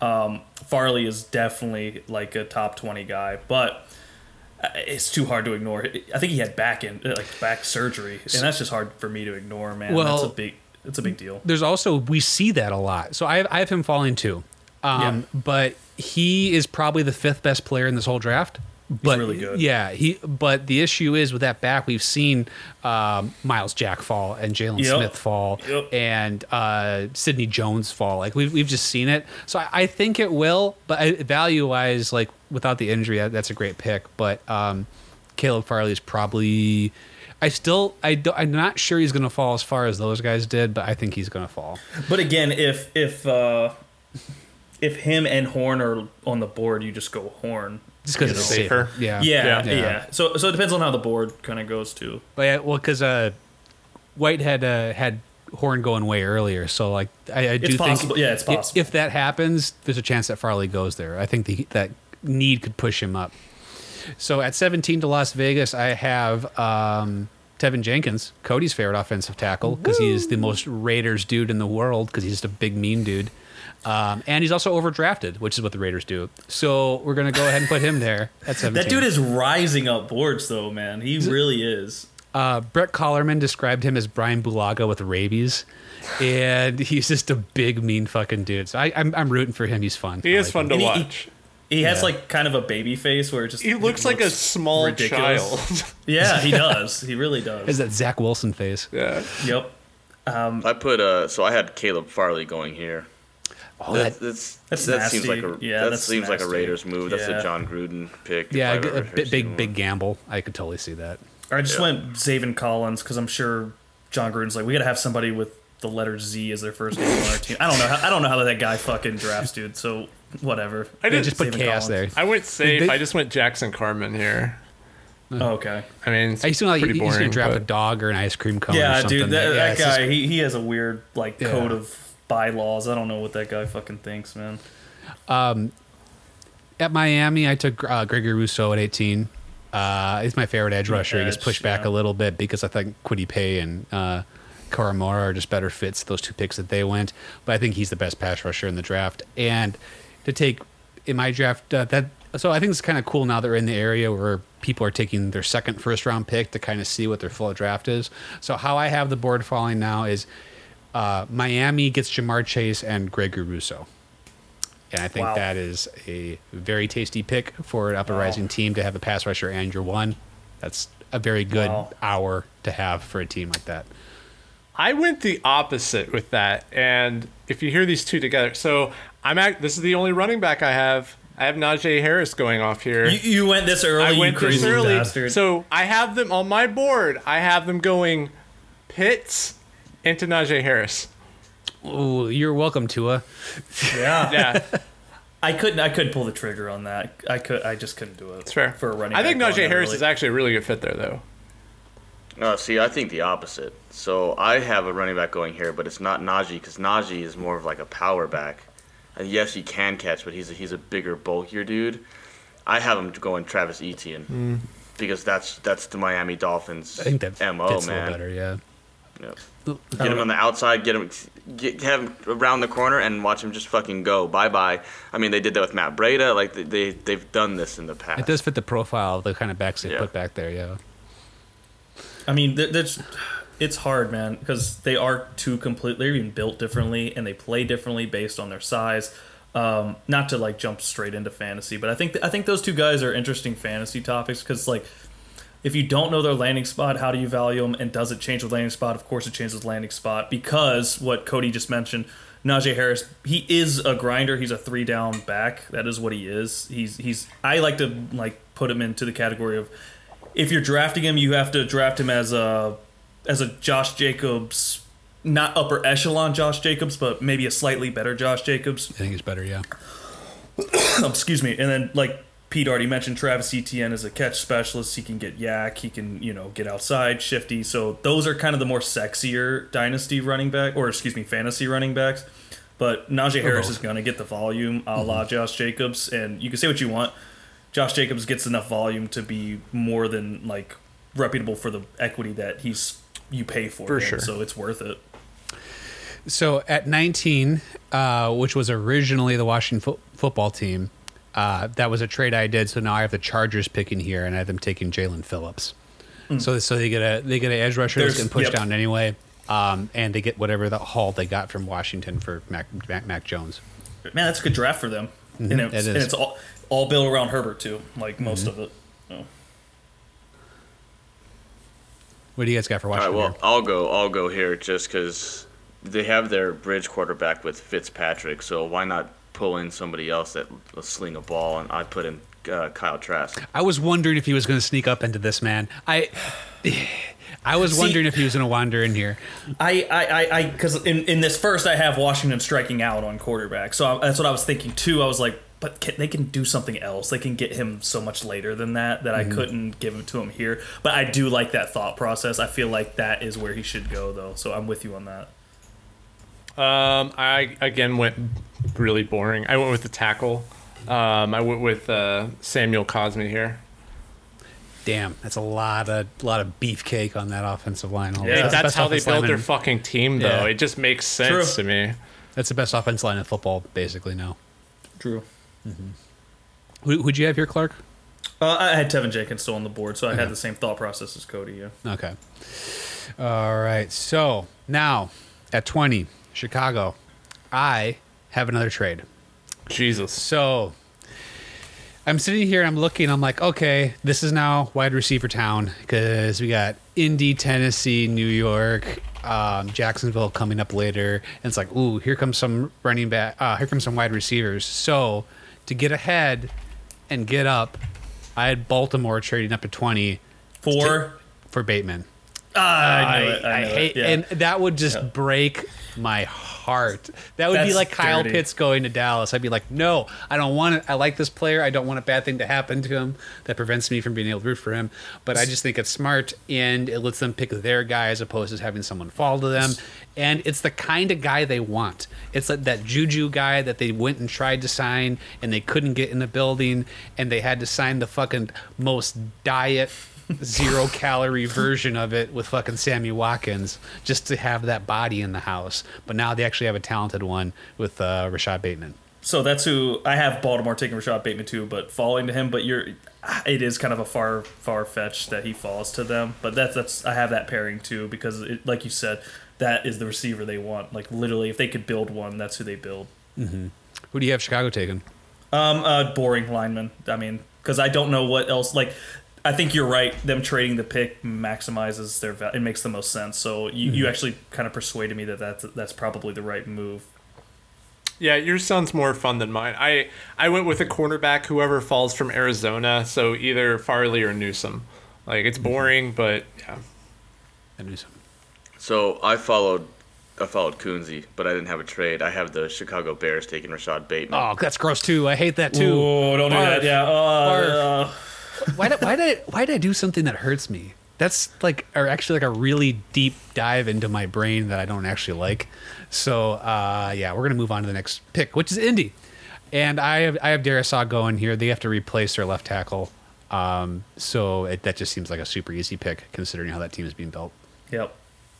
Um, Farley is definitely like a top twenty guy, but uh, it's too hard to ignore. I think he had back in like back surgery, and that's just hard for me to ignore, man. Well- that's a big, that's a big deal. There's also we see that a lot. So I have, I have him falling too, um, but he is probably the fifth best player in this whole draft. But really good. yeah, he. But the issue is with that back, we've seen um, Miles Jack fall and Jalen Yep. Smith fall Yep. and uh, Sidney Jones fall. Like we've we've just seen it. So I, I think it will. But I, value wise, like without the injury, that, that's a great pick. But um, Caleb Farley is probably. I still I do, I'm not sure he's going to fall as far as those guys did, but I think he's going to fall. But again, if if uh, if him and Horn are on the board, you just go Horn. just because it's safer. safer. Yeah, Yeah, yeah. Yeah. So so it depends on how the board kind of goes too. But yeah, well, because uh, White had uh, had Horn going way earlier, so like I, I do think possible. Yeah, it's i- possible. If, that happens, there's a chance that Farley goes there. I think the, that need could push him up. So at 17 to Las Vegas, I have um, Tevin Jenkins, Cody's favorite offensive tackle, because he is the most Raiders dude in the world, because he's just a big mean dude. Um, and he's also overdrafted, which is what the Raiders do. So we're gonna go ahead and put him there at 17. That dude is rising up boards though, man. He really is. Uh, Brett Collerman described him as Brian Bulaga with rabies, and he's just a big, mean fucking dude. So I, I'm, I'm rooting for him. He's fun. He I is like fun him. to And he- watch. He has Yeah. like kind of a baby face where it just He, looks like a small ridiculous. child. yeah. He does. He really Is does. that Zach Wilson face? yeah. Yep. I put uh, so I had Caleb Farley going here. Oh, That, that, that's, That's that seems like nasty. a Yeah, that that's seems like a nasty. Raiders move. That's Yeah. a John Gruden pick. if yeah, I've a, ever a heard big, someone. big, big gamble. I could totally see that. Or I just Yeah. went Zaven Collins because I'm sure John Gruden's like we gotta have somebody with the letter Z as their first name on our team. I don't know. How, I don't know how that guy fucking drafts, dude. So whatever. I They didn't just put Zaven chaos Collins. I went safe. They- I just went Jackson Carmen here. Oh, okay. I mean, it's I used to like pretty he's gonna boring, draft a but- dog or an ice cream cone. or Yeah, something. dude, that, Yeah, that it's just- guy, he, he has a weird like Yeah. code of bylaws. I don't know what that guy fucking thinks, man. at Miami, I took uh, Gregory Rousseau at 18. Uh, he's my favorite edge rusher. He gets Edge, pushed back yeah. a little bit because I think Quiddy Pay and uh, Karamora are just better fits, those two picks that they went. But I think he's the best pass rusher in the draft. And to take in my draft, uh, that so I think it's kind of cool now that we're in the area where people are taking their second first round pick to kind of see what their full draft is. So how I have the board falling now is uh, Miami gets Jamar Chase and Gregory Rousseau. And I think Wow. that is a very tasty pick for an up and rising team to have a pass rusher and your one. That's a very good Wow. hour to have for a team like that. I went the opposite with that, and if you hear these two together, so I'm at this is the only running back I have. I have Najee Harris going off here. You, you went this early, I went you this crazy early, bastard. so I have them on my board. I have them going Pitts into Najee Harris. Oh, you're welcome, Tua. yeah. Yeah, I couldn't I couldn't pull the trigger on that. I could I just couldn't do it. it's fair For a running I think back going Najee that Harris early. is actually a really good fit there, though. Uh, see, I think the opposite. So I have a running back going here, but it's not Najee because Najee is more of like a power back. And yes, he can catch, but he's a, he's a bigger, bulkier dude. I have him going Travis Etienne because that's that's the Miami Dolphins Hmm. I think that mo fits a man. little better, uh, yeah. Yep. I Get him on the outside, get him, get, have him around the corner, and watch him just fucking go. Bye bye. I mean, they did that with Matt Breda. Like they, they they've done this in the past. It does fit the profile of the kind of backs they Yeah. put back there, yeah. I mean, there, there's it's hard, man, because they are two completely they're even built differently and they play differently based on their size. Um, not to like jump straight into fantasy, but I think I think those two guys are interesting fantasy topics because like if you don't know their landing spot, how do you value them? And does it change with landing spot? Of course, it changes with landing spot because what Cody just mentioned, Najee Harris, he is a grinder. He's a three down back. That is what he is. He's he's. I like to like put him into the category of if you're drafting him, you have to draft him as a as a Josh Jacobs, not upper echelon Josh Jacobs, but maybe a slightly better Josh Jacobs. I think it's better, yeah. Um, Excuse me. And then like Pete already mentioned Travis Etienne is a catch specialist. He can get yak. He can you know get outside shifty. So those are kind of the more sexier dynasty running back, or excuse me, fantasy running backs. But Najee Harris is going to get the volume a la Josh Jacobs, and you can say what you want. Josh Jacobs gets enough volume to be more than like reputable for the equity that he's you pay for, For him, sure. So it's worth it. So at 19, uh, which was originally the Washington fo- football team, uh, that was a trade I did. So now I have the Chargers picking here, and I have them taking Jalen Phillips. So so they get a they get an edge rusher that's There's- getting pushed yep. down anyway, um, and they get whatever the haul they got from Washington for Mac Mac, Mac Jones. Man, that's a good draft for them, and, it's, it and is. it's all all built around Herbert too, like most of it. Oh. What do you guys got for All right, Washington? well, I'll go. I'll go here just because they have their bridge quarterback with Fitzpatrick, so why not pull in somebody else that will sling a ball? And I put in uh, Kyle Trask. here? I was wondering if he was going to sneak up into this man. I I was See- wondering if he was going to wander in here. I, I, I, because in, in this first, I have Washington striking out on quarterback. So I, that's what I was thinking too. I was like, but can, they can do something else. They can get him so much later than that that I couldn't give it to him here. But I do like that thought process. I feel like that is where he should go, though. So I'm with you on that. Um, I again went really boring. I went with the tackle. Um, I went with uh, Samuel Cosme here. Damn, that's a lot of lot of beefcake on that offensive line. all Yeah. the- Like, That's that's best how they offensive build their lineman. fucking team, though. Yeah. It just makes sense True. to me. That's the best offense line in football, basically. Now, True. Who, who'd you have here, Clark? Uh, I had Tevin Jenkins still on the board, so I had the same thought process as Cody. Yeah. Okay. All right. So now at twenty, Chicago, I have another trade. Jesus. So I'm sitting here, I'm looking, I'm like, okay, this is now wide receiver town because we got Indy, Tennessee, New York, um, Jacksonville coming up later. And it's like, ooh, here comes some running back, uh, here comes some wide receivers. So to get ahead and get up, I had Baltimore trading up to 20 Four. for Bateman. Ah, I, knew I, it, I, I knew it, hate, yeah. and that would just break my heart. That would be That's like Kyle dirty. Pitts going to Dallas. I'd be like, no, I don't want it. I like this player. I don't want a bad thing to happen to him that prevents me from being able to root for him. But I just think it's smart and it lets them pick their guy as opposed to having someone fall to them. And it's the kind of guy they want. It's like that Juju guy that they went and tried to sign and they couldn't get in the building and they had to sign the fucking most diet zero calorie version of it with fucking Sammy Watkins just to have that body in the house. But now they actually have a talented one with uh, Rashad Bateman. So that's who I have Baltimore taking Rashad Bateman too, but falling to him. But you're, it is kind of a far far fetched that he falls to them. But that's that's I have that pairing too because it, like you said, that is the receiver they want. Like literally, if they could build one, that's who they build. Who do you have Chicago taking? Um, uh, boring lineman. I mean, because I don't know what else. Like, I think you're right. Them trading the pick maximizes their value. It makes the most sense. So you, you actually kind of persuaded me that that's that's probably the right move. Yeah, yours sounds more fun than mine. I I went with a cornerback, whoever falls from Arizona, so either Farley or Newsom. Like it's boring, but yeah. I knew something. So I followed. I followed Coonsey, but I didn't have a trade. I have the Chicago Bears taking Rashad Bateman. Oh, that's gross too. I hate that too. Ooh, don't do Barf. that. Yeah. Uh, uh, Why did, why did why did I do something that hurts me? That's like or actually like a really deep dive into my brain that I don't actually like. So uh, yeah, we're gonna move on to the next pick, which is Indy. And I have I have Darisaw going here. They have to replace their left tackle. Um, so it, that just seems like a super easy pick considering how that team is being built. Yep.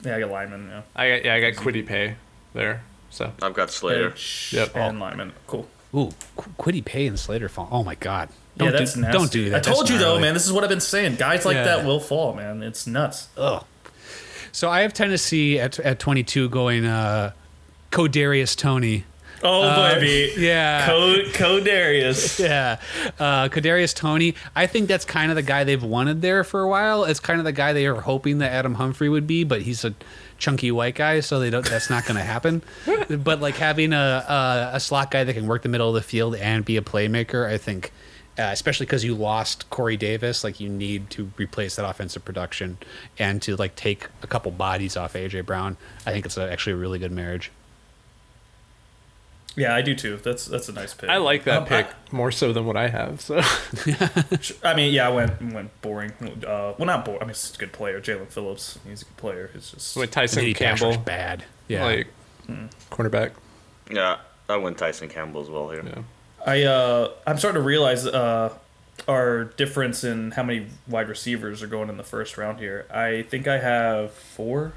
Yeah, I got lineman. Yeah. I got yeah, I got Quiddy Pay there. So I've got Slater. Yep. And lineman. Cool. Ooh, Qu- Quiddy Pay and Slater fall. Oh my god. Yeah, Don't that's do, nasty. Don't do that. I told That's you though, gnarly. man. This is what I've been saying. Guys like Yeah. that will fall, man. It's nuts. Ugh. So I have Tennessee at at 22 going uh, Codarius Tony. Oh baby, Uh, yeah. Co Codarius. Yeah, uh, Kadarius Tony. I think that's kind of the guy they've wanted there for a while. It's kind of the guy they were hoping that Adam Humphrey would be, but he's a chunky white guy, so they don't. That's not going to happen. but like having a, a a slot guy that can work the middle of the field and be a playmaker, I think, uh, especially because you lost Corey Davis, like you need to replace that offensive production and to like take a couple bodies off AJ Brown. I think it's a, actually a really good marriage. Yeah, I do too. That's that's a nice pick. I like that Um, pick more so than what I have. So I, I mean, yeah, I went went boring. Uh, well, not boring. I mean, he's a good player. Jalen Phillips, he's a good player. It's just with And Tyson Diddy Patrick's Campbell, bad. Yeah. like Mm. cornerback. Yeah, I went Tyson Campbell as well here. Yeah. I uh, I'm starting to realize uh, our difference in how many wide receivers are going in the first round here. I think I have four,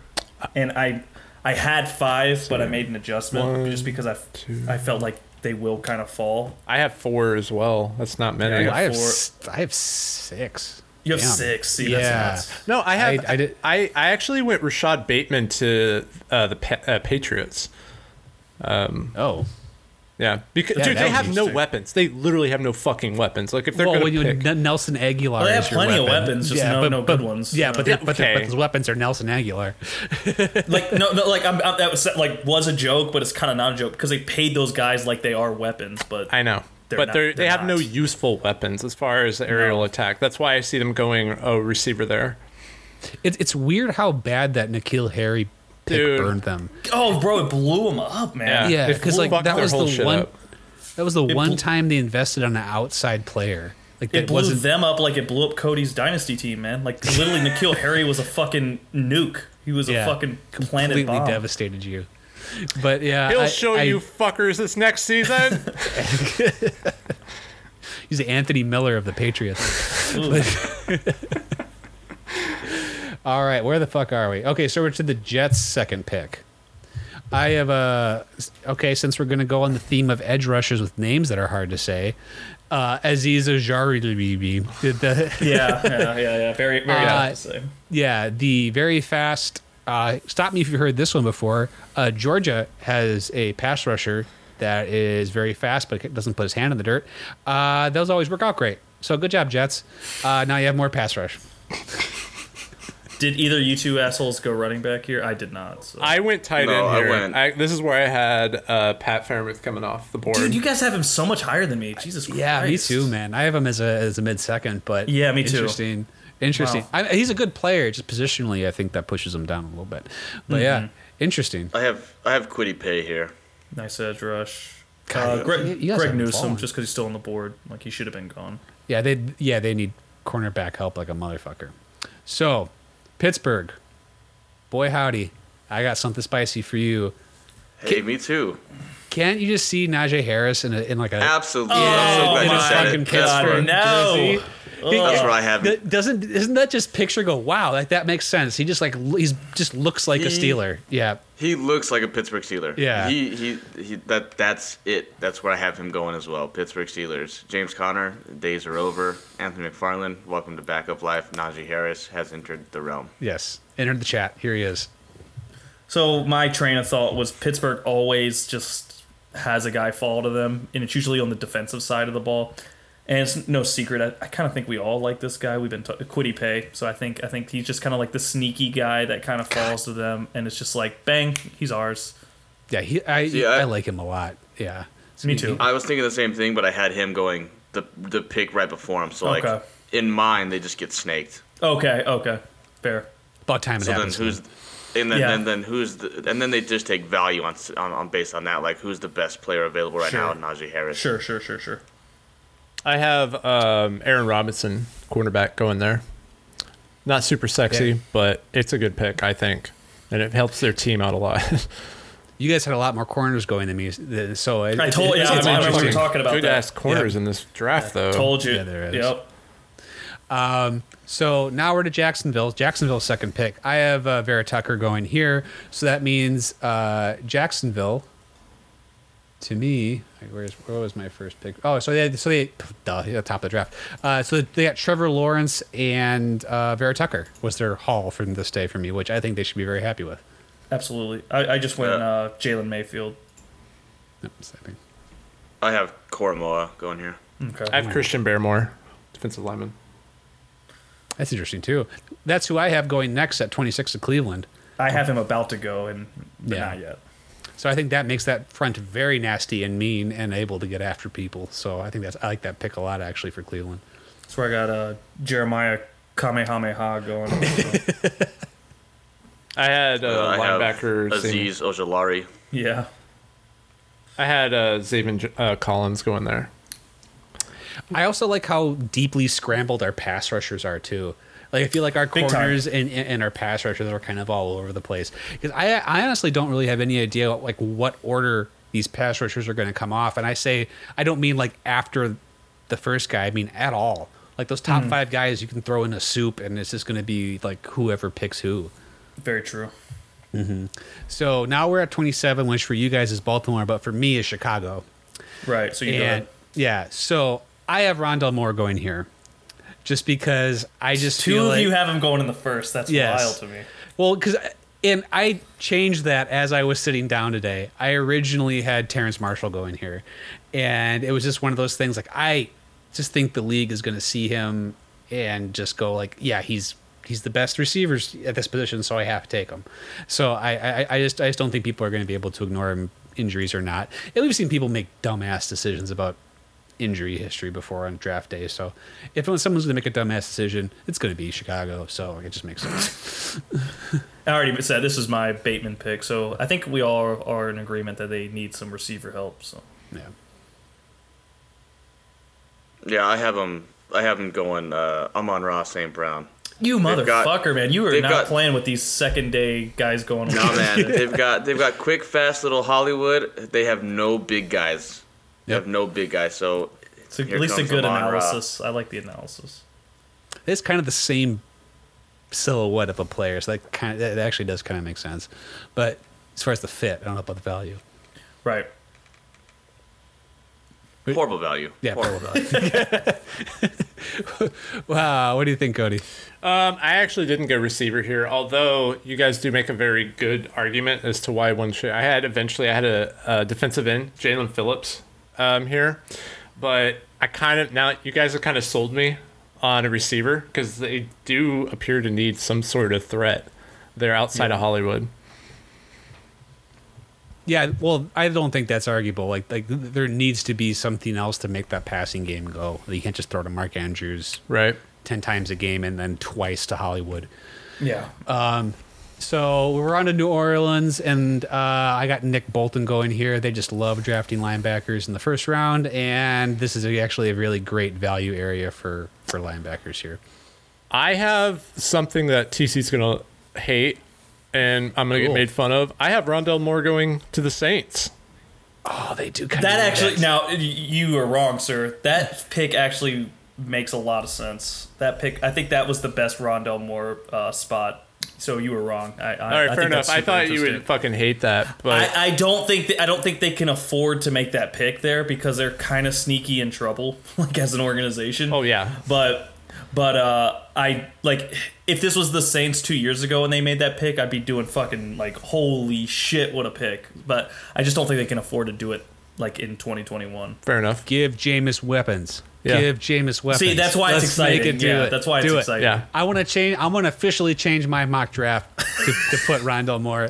and I I had five, but I made an adjustment One, just because I f- two. I felt like they will kind of fall. I have four as well. That's not many. Yeah, I have four. s- I have six. You have Damn. six. See, yeah. that's nuts. No, I have. I- I I I, did- I, actually went Rashad Bateman to uh, the pa- uh, Patriots. Oh. Yeah, because Yeah, dude, that they was have no interesting. weapons. They literally have no fucking weapons. Like if they're well, gonna when you pick, N- Nelson Aguilar. Well, they is have your plenty of weapon. weapons, just no- no good ones, Yeah, you but, know? they're- but, they're- Okay. but those weapons are Nelson Aguilar. like no, no like I'm, I'm, that was like was a joke, but it's kind of not a joke because they paid those guys like they are weapons. But I know, They're but not- they're, they they're have no not. useful weapons as far as aerial attack. That's why I see them going oh receiver there. It's it's weird how bad that Nikhil Harry pick Dude. burned them. oh, bro, it blew them up, man. Yeah, They've because like fucked that their was whole the shit one. up. That was the one bl- time they invested on an outside player. Like It that blew wasn't. them up like it blew up Cody's dynasty team, man. Like literally, Nikhil Harry was a fucking nuke. He was yeah, a fucking completely planet bomb. devastated you. But yeah, He'll I- show I- you fuckers this next season. He's the Anthony Miller of the Patriots. Ooh. All right, where the fuck are we? Okay, so we're to the Jets' second pick. I have a okay. Since we're gonna go on the theme of edge rushers with names that are hard to say, uh, Aziz Ojaribibi did the yeah, yeah, yeah, yeah. Very, very Uh, hard to say. yeah the very fast. Uh, stop me if you heard this one before. Uh, Georgia has a pass rusher that is very fast, but doesn't put his hand in the dirt. Uh, those always work out great. So good job, Jets. Uh, now you have more pass rush. Did either you two assholes go running back here? I did not. So. I went tight No, I end here. I went- this is where I had uh, Pat Fairmouth coming off the board. Dude, you guys have him so much higher than me. Jesus Christ. Yeah, me too, man. I have him as a as a mid second, but Yeah, me too. Interesting, interesting. Wow. I, he's a good player, just positionally, I think that pushes him down a little bit. But yeah, interesting. I have I have Quiddy Pay here. Nice edge rush. God, Uh, Greg, you guys Greg haven't Newsom, fallen. just because he's still on the board, like he should have been gone. Yeah, they yeah they need cornerback help like a motherfucker. So, Pittsburgh, boy howdy, I got something spicy for you. Hey, me too. Can't you just see Najee Harris in a, in like a Absolutely. I'm so Oh, glad in a you Oh my said fucking it. That's God, where- Pittsburgh no. jersey? Oh, That's where I have Th- it. doesn't isn't that just picture go wow like that makes sense he just like l- he's just looks like a He- Steeler yeah He looks like a Pittsburgh Steeler. Yeah. He, he he that that's it. That's where I have him going as well. Pittsburgh Steelers. James Conner, days are over. Anthony McFarland, welcome to backup life. Najee Harris has entered the realm. yes entered the chat here he is So my train of thought was Pittsburgh always just has a guy fall to them, and it's usually on the defensive side of the ball. And it's no secret. I, I kind of think we all like this guy. We've been t- Quiddy Pay, so I think I think he's just kind of like the sneaky guy that kind of falls to them, and it's just like bang, he's ours. Yeah, he, I See, I- I like him a lot. Yeah, Me too. I was thinking the same thing, but I had him going the the pick right before him. So like Okay. in mine, they just get snaked. Okay, okay, fair. About time it So then happens. who's and then, Yeah. and then who's the, and then they just take value on, s- on on based on that like who's the best player available right Sure. now Najee Harris Sure, sure, sure, sure. I have um, Aaron Robinson, cornerback, going there. Not super sexy, Yeah. but it's a good pick, I think, and it helps their team out a lot. you guys had a lot more corners going than me. th- So it, I told- yeah, it's- it's I remember we were interesting. talking about good that. ass corners in this draft, though. Told you. Oh, Yeah, there it is. Yep. So now we're to Jacksonville. Jacksonville's second pick. I have uh, Vera Tucker going here, so that means uh, Jacksonville to me, like, where's where was my first pick? Oh, so they so they duh, yeah, top of the draft. Uh, so they got Trevor Lawrence and uh, Vera Tucker was their haul from this day for me, which I think they should be very happy with. Absolutely. I, I just went Yeah. uh, Jalen Mayfield. Yep, so I think- I have Koromoa going here. Okay. I have Christian Bearmore, defensive lineman. That's interesting too. That's who I have going next at 26 to Cleveland. I have him about to go, and but Yeah. not yet. So I think that makes that front very nasty and mean and able to get after people. So I think that's I like that pick a lot actually for Cleveland. That's where I got uh, Jeremiah Kamehameha going. Also. I had uh, Uh, I have linebacker. Zay- Aziz Ojalari. yeah. I had uh, Zayvon J- uh, Collins going there. I also like how deeply scrambled our pass rushers are too. Like I feel like our Big time. corners and, and our pass rushers are kind of all over the place because I, I honestly don't really have any idea like what order these pass rushers are going to come off. And I say I don't mean like after the first guy. I mean at all. Like those Mm. top five guys, you can throw in a soup, and it's just going to be like whoever picks who. Very true. So now we're at 27, which for you guys is Baltimore, but for me is Chicago. Right. So you go And ahead. yeah, so I have Rondell Moore going here, just because I just Two feel of like, you have him going in the first. That's Yes. wild to me. well because and I changed that as I was sitting down today. I originally had Terrence Marshall going here, and it was just one of those things like I just think the league is going to see him and just go like, yeah, he's he's the best receivers at this position, so I have to take him. So I I, I just I just don't think people are going to be able to ignore him injuries or not. And we've seen people make dumbass decisions about injury history before on draft day. So if someone's going to make a dumbass decision, it's going to be Chicago. So it just makes sense. I already said this is my Bateman pick, so I think we all are in agreement that they need some receiver help. So Yeah. Yeah, I have him. I have him going. Uh, Amon Ross, St. Brown. you motherfucker, They've got- man, you are they've not got- playing with these second day guys going. No man, they've got they've got quick, fast little Hollywood. They have no big guys. They Yep. have no big guys. So It's a, here at least a comes good Amon Ra. analysis. I like the analysis. it's kind of the same silhouette of a player, so that kind of, that actually does kind of make sense. But as far as the fit, I don't know about the value. Right. horrible value. Yeah, horrible. probably about. wow, what do you think, Cody? Um, I actually didn't go receiver here, although you guys do make a very good argument as to why one should. I had eventually I had a, a defensive end, Jalen Phillips, um, here, but I kind of now you guys have kind of sold me on a receiver because they do appear to need some sort of threat. They're outside of Hollywood. Yeah, well, I don't think that's arguable. Like, like th- there needs to be something else to make that passing game go. You can't just throw to Mark Andrews Right. ten times a game and then twice to Hollywood. Yeah. So we're on to New Orleans, and uh, I got Nick Bolton going here. They just love drafting linebackers in the first round, and this is actually a really great value area for for linebackers here. I have something that TC's gonna hate, and I'm gonna Cool. get made fun of. I have Rondell Moore going to the Saints. Oh, they do kind that actually now y- you are wrong, sir. That pick actually makes a lot of sense. That pick, I think that was the best Rondell Moore uh, spot. So you were wrong. I, I, All right, I fair think that's enough. I super thought you interesting. would fucking hate that, but I, I don't think that, I don't think they can afford to make that pick there because they're kind of sneaky in trouble, like as an organization. Oh, yeah. But but uh, I like if this was the Saints two years ago and they made that pick, I'd be doing fucking like holy shit, what a pick. But I just don't think they can afford to do it like in 2021. fair enough. give Jameis weapons. Yeah. Give Jameis weapons. See, that's why it's Let's make exciting. it do yeah, it. that's why it's Do it. exciting. Yeah. I want to change. I want to officially change my mock draft to, to put Rondell Moore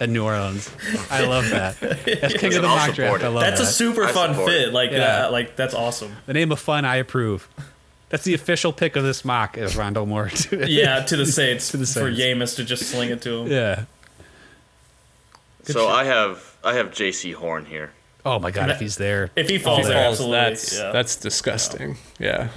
at New Orleans. I love that. That's king of the I'll mock support draft. I it. love That's that. a super I fun support fit. it. Like Yeah. uh, like that's awesome. the name of fun. I approve. That's the official pick of this mock is Rondell Moore. Yeah, to the Saints, the for Saints. Yamas to just sling it to him. yeah. So I have I have J.C. Horn here. Oh my God, if he's there. If he falls, there, Falls, absolutely. that's yeah. that's disgusting. Yeah.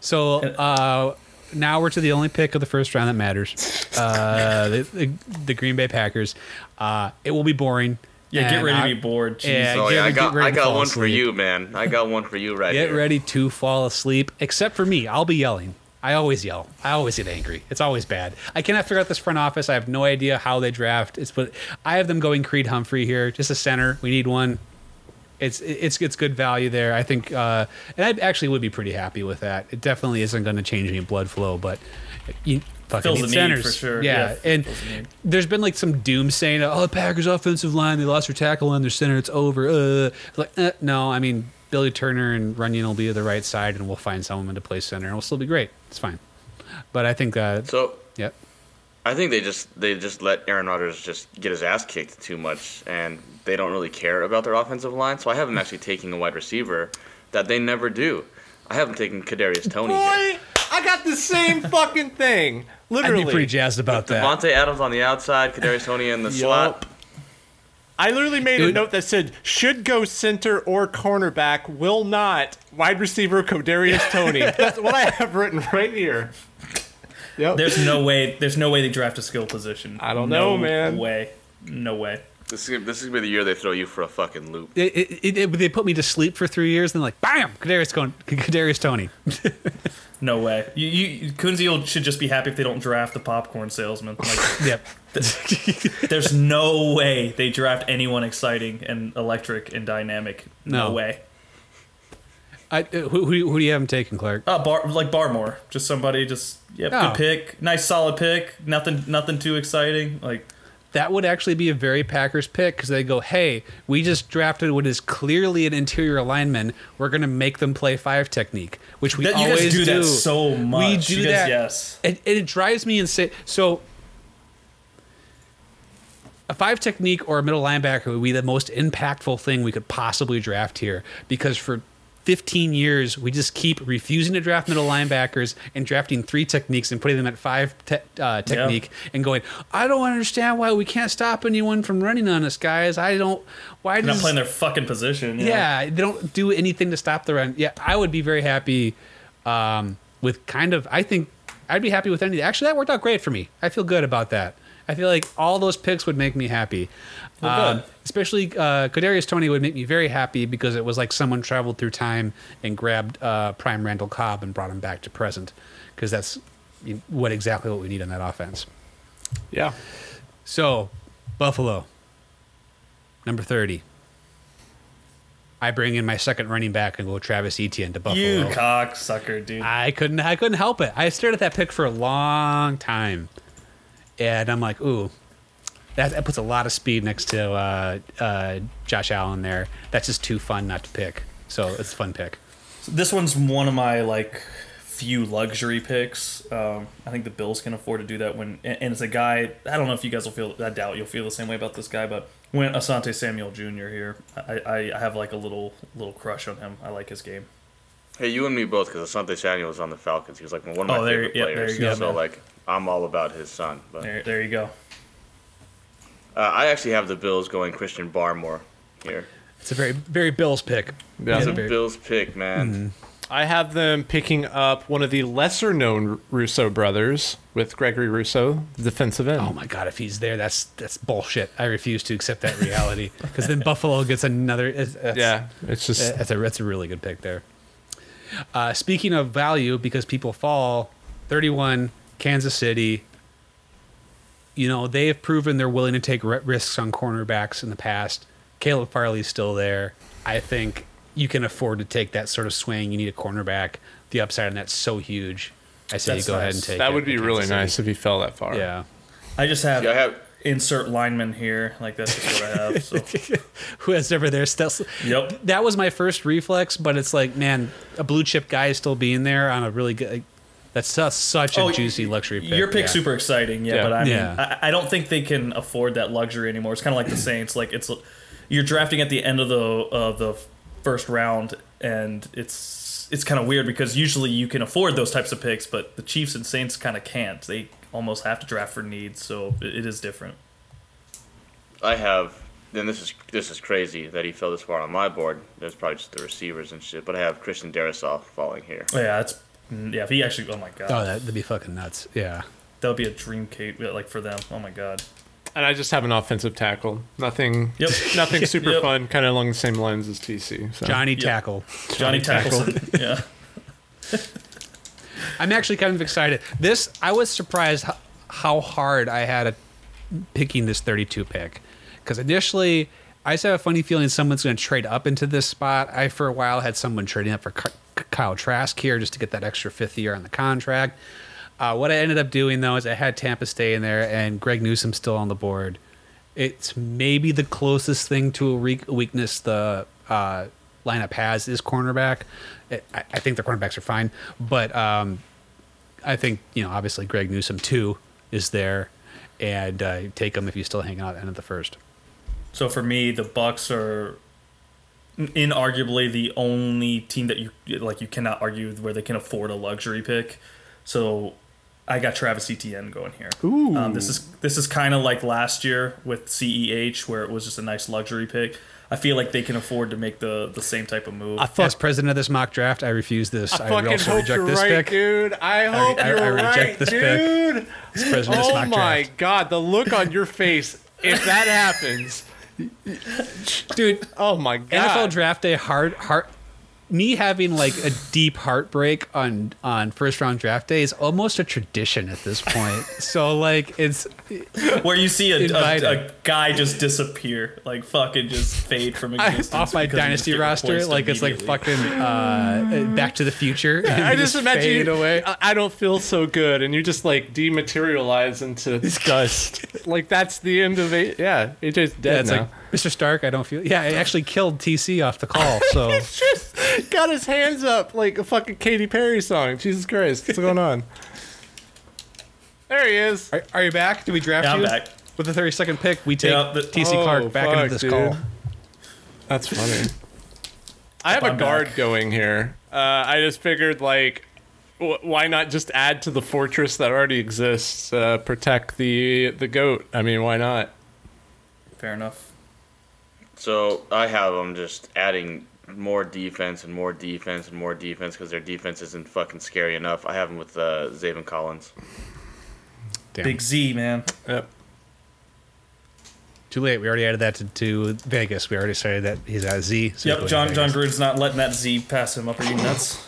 So uh, now we're to the only pick of the first round that matters. Uh, the, the, the Green Bay Packers. Uh, it will be boring. yeah, get and ready I- to be bored. Jeez. Oh, Yeah, So Oh, yeah, I get got ready I to got fall one for asleep. you, man. I got one for you right Get here. ready to fall asleep, except for me. I'll be yelling. I always yell. I always get angry. It's always bad. I cannot figure out this front office. I have no idea how they draft. It's but I have them going Creed Humphrey here, just a center. We need one. It's it's it's good value there. I think, uh, and I actually would be pretty happy with that. It definitely isn't going to change any blood flow, but you fucking Fills need the need, centers for sure. Yeah, Yeah, and fills the need. there's been like some doom saying, "Oh, the Packers offensive line, they lost their tackle line, their center, it's over." Uh, like, eh, no, I mean Billy Turner and Runyon will be on the right side, and we'll find someone to play center, and we'll still be great. It's fine. But I think, uh, So yep. I think they just they just let Aaron Rodgers just get his ass kicked too much, and they don't really care about their offensive line. So I have them actually taking a wide receiver that they never do. I have them taking Kadarius Tony. here. Boy, I got the same fucking thing. Literally, I'd be pretty jazzed about that. Devontae Adams on the outside, Kadarius Tony in the slot. I literally made a Dude. note that said should go center or cornerback, will not wide receiver Codarius Tony. That's what I have written right here. Yep. There's no way. There's no way they draft a skill position. I don't No know, man. Way. No way. This is this is gonna be the year they throw you for a fucking loop. It, it, it, it- they put me to sleep for three years, and like, bam, Kadarius, going, Kadarius Tony. No way. You, you Kunze will- should just be happy if they don't draft the popcorn salesman. Like, yep. there's no way they draft anyone exciting and electric and dynamic. No, No. way. I, uh, who, who, who do you have him taking, Clark? Uh, bar, like Barmore, just somebody. Just yeah, Oh. good pick. Nice, solid pick. Nothing, nothing too exciting. Like that would actually be a very Packers pick because they go, hey, we just drafted what is clearly an interior lineman. We're going to make them play five technique, which we that, you always guys do, that do. so much. We do you guys, that. Yes. It, it drives me insane. So, a five technique or a middle linebacker would be the most impactful thing we could possibly draft here because for 15 years we just keep refusing to draft middle linebackers and drafting three techniques and putting them at five te- uh, technique and going i don't understand why we can't stop anyone from running on us guys i don't why They're not does playing their fucking position. Yeah. yeah, they don't do anything to stop the run. Yeah, I would be very happy um, with kind of. I think I'd be happy with any. Actually, that worked out great for me. I feel good about that. I feel like all those picks would make me happy. Well, good. Um, especially uh, Kadarius Tony would make me very happy because it was like someone traveled through time and grabbed uh, Prime Randall Cobb and brought him back to present because that's you- what exactly what we need on that offense. yeah. So, Buffalo, number 30. I bring in my second running back and go Travis Etienne to Buffalo. You cocksucker, dude. I couldn't I couldn't help it. I stared at that pick for a long time. And I'm like, ooh, that, that puts a lot of speed next to uh, uh, Josh Allen there. That's just too fun not to pick. So it's a fun pick. This one's one of my like few luxury picks. Um, I think the Bills can afford to do that when, and, and it's a guy. I don't know if you guys will feel. I doubt you'll feel the same way about this guy, but when Asante Samuel Jr. here, I, I, I have like a little little crush on him. I like his game. Hey, you and me both, because Asante Samuel was on the Falcons. He was like one of my Oh, there- favorite yeah, there players. you go, so man. like, I'm all about his son. But uh, There, there you go. I actually have the Bills going Christian Barmore here. It's a very, very Bills pick. Yeah. It's a The very- Bills pick, man. Mm-hmm. I have them picking up one of the lesser known Russo brothers with Gregory Russo, defensive end. Oh my god, if he's there, that's that's bullshit. I refuse to accept that reality because then Buffalo gets another. it's- that's- yeah. It's just Eh, that's a that's a really good pick there. Uh, speaking of value, because people fall, thirty-one Kansas City. You know they have proven they're willing to take ri- risks on cornerbacks in the past. Caleb Farley's still there. I think you can afford to take that sort of swing. You need a cornerback. The upside on that's so huge. I say That's you go nice. ahead and take. that it would be with really eh, Kansas City. nice if he fell that far. Yeah. I just have, Yeah, I have- insert lineman here. Like that's just what I have. So. who has ever there. That's, Yep. That was my first reflex, but it's like, man, a blue chip guy is still being there on a really good. That's su- such a juicy luxury pick. Oh, Your pick's yeah. super exciting, yeah, Yeah. but I mean, Yeah. I, I don't think they can afford that luxury anymore. It's kind of like the Saints. Like it's you're drafting at the end of the of the first round, and it's it's kind of weird because usually you can afford those types of picks, but the Chiefs and Saints kind of can't. They almost have to draft for needs, so it, it is different. I have. Then this is this is crazy that he fell this far on my board. There's probably just the receivers and shit, but I have Christian Darisaw falling here. Oh, yeah, that's yeah. If he actually, oh my god, Oh, that, that'd be fucking nuts. Yeah. that would be a dream, Kate. Like for them, oh my god. And I just have an offensive tackle. Nothing Yep. nothing super Yep. fun, kinda along the same lines as TC. So. Johnny Tackle. Johnny Tackleson. yeah. I'm actually kind of excited. This I was surprised how, how hard I had at picking this 32 pick because initially I just have a funny feeling someone's going to trade up into this spot. I for a while had someone trading up for Ky- Kyle Trask here just to get that extra fifth year on the contract. Uh, what I ended up doing though is I had Tampa stay in there and Greg Newsom still on the board. It's maybe the closest thing to a re- weakness the uh, lineup has is cornerback. I, I think the cornerbacks are fine, but um, I think you know obviously Greg Newsom too is there, and uh, take him if you still hang out at the end of the first. So for me, the Bucks are inarguably the only team that you like. You cannot argue where they can afford a luxury pick. So I got Travis Etienne going here. Ooh. Um, this is this is kind of like last year with CEH, where it was just a nice luxury pick. I feel like they can afford to make the the same type of move. I As fuck, president of this mock draft, I refuse this. I fucking also hope reject you're this right, pick. dude. I hope I- I you're reject right, this pick. dude. As president of this Oh mock my draft, god, the look on your face if that happens. dude. Oh my god. NFL draft day hard heart me having like a deep heartbreak on on first round draft day is almost a tradition at this point. so like it's where you see a, Invited. a, a guy just disappear, like fucking just fade from existence off my because you just dynasty get roster replaced like it's like immediately. fucking uh, Back to the Future. and I you just, imagine fade you, I I don't feel so good, and you just like dematerialize into dust. like that's the end of it. Yeah, AJ's dead Yeah, it's now. like Mr. Stark. I don't feel. Yeah, I actually killed TC off the call. So just got his hands up like a fucking Katy Perry song. Jesus Christ, what's going on? There he is. are, are you back? Do we draft Yeah, I'm you? back. With the thirty second pick, we take Yeah, the- TC Oh, Clark back fuck, into this dude. call. That's funny. I have I'm back. a guard going here. Uh, I just figured like, wh- why not just add to the fortress that already exists? Uh, protect the the goat. I mean, why not? Fair enough. So I have them just adding more defense and more defense and more defense because their defense isn't fucking scary enough. I have them with uh, Zayvon Collins. Damn. Big Z man. Yep. Too late. We already added that to, to Vegas. We already started that. He's at Z. so he's going Yep, to John John Vegas. Gruden's not letting that Z pass him up. Are you nuts?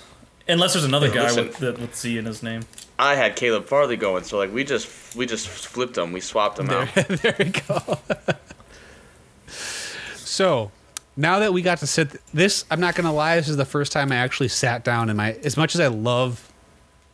Unless there's another guy listen. with that with Z in his name. I had Caleb Farley going, so like we just we just flipped them, we swapped them out. there we go. so now that we got to sit this, I'm not gonna lie. This is the first time I actually sat down in my. As much as I love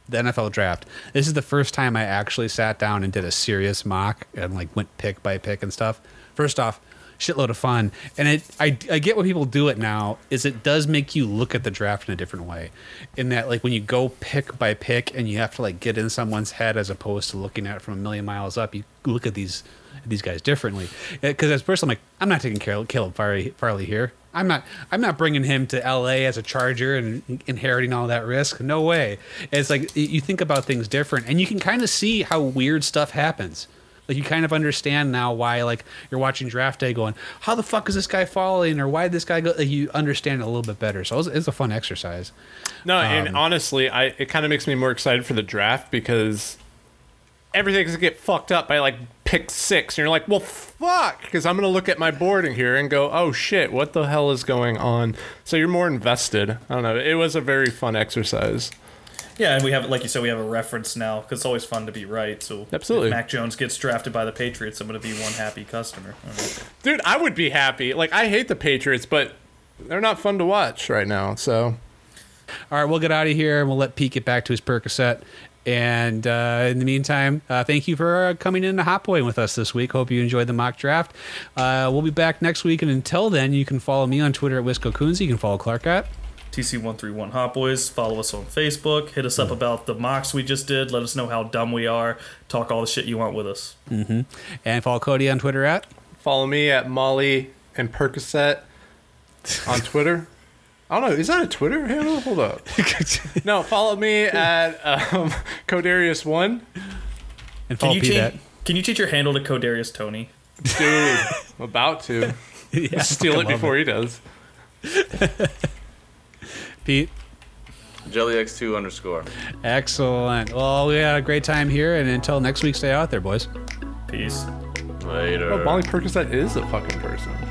the NFL draft, this is the first time I actually sat down and did a serious mock and like went pick by pick and stuff. First off. Shitload of fun, and it. I, I get why people do it now. Is it does make you look at the draft in a different way, in that like when you go pick by pick and you have to like get in someone's head as opposed to looking at it from a million miles up. You look at these these guys differently. Because as a person, I'm like, I'm not taking Cal- Caleb Farley, Farley here. I'm not. I'm not bringing him to L.A. as a Charger and inheriting all that risk. No way. It's like y- you think about things different, and you can kind of see how weird stuff happens. Like you kind of understand now why, like you're watching draft day, going, "How the fuck is this guy falling?" or "Why did this guy go?" Like, you understand it a little bit better. So it's, it's a fun exercise. No, and honestly, I it kind of makes me more excited for the draft because everything's gonna get fucked up by like pick six, and you're like, well, fuck, because I'm gonna look at my board in here and go, oh shit, what the hell is going on? So you're more invested. I don't know. It was a very fun exercise. Yeah, and we have, like you said, we have a reference now because it's always fun to be right. So Absolutely. if Mac Jones gets drafted by the Patriots, I'm going to be one happy customer. All right. Dude, I would be happy. Like I hate the Patriots, but they're not fun to watch right now. So All right, we'll get out of here and we'll let Pete get back to his Percocet. And uh, in the meantime, uh, thank you for uh, coming in to Hot Boy with us this week. Hope you enjoyed the mock draft. Uh, we'll be back next week. And until then, you can follow me on Twitter at Wisco Coons. You can follow Clark at. TC131 Hot Boys, follow us on Facebook. Hit us up about the mocks we just did. Let us know how dumb we are. Talk all the shit you want with us. And follow Cody on Twitter at. follow me at Molly and Percocet on Twitter. I don't know. Is that a Twitter handle? Hold up. No, follow me at um, Codarius One. and Can follow you Pete change? at. Can you change your handle to Codarius Tony? Dude, I'm about to Yeah, steal it fucking love before he does. Pete. JellyX2 underscore. Excellent. Well, we had a great time here. And until next week, stay out there, boys. Peace. Later. Oh, Molly Percocet is a fucking person.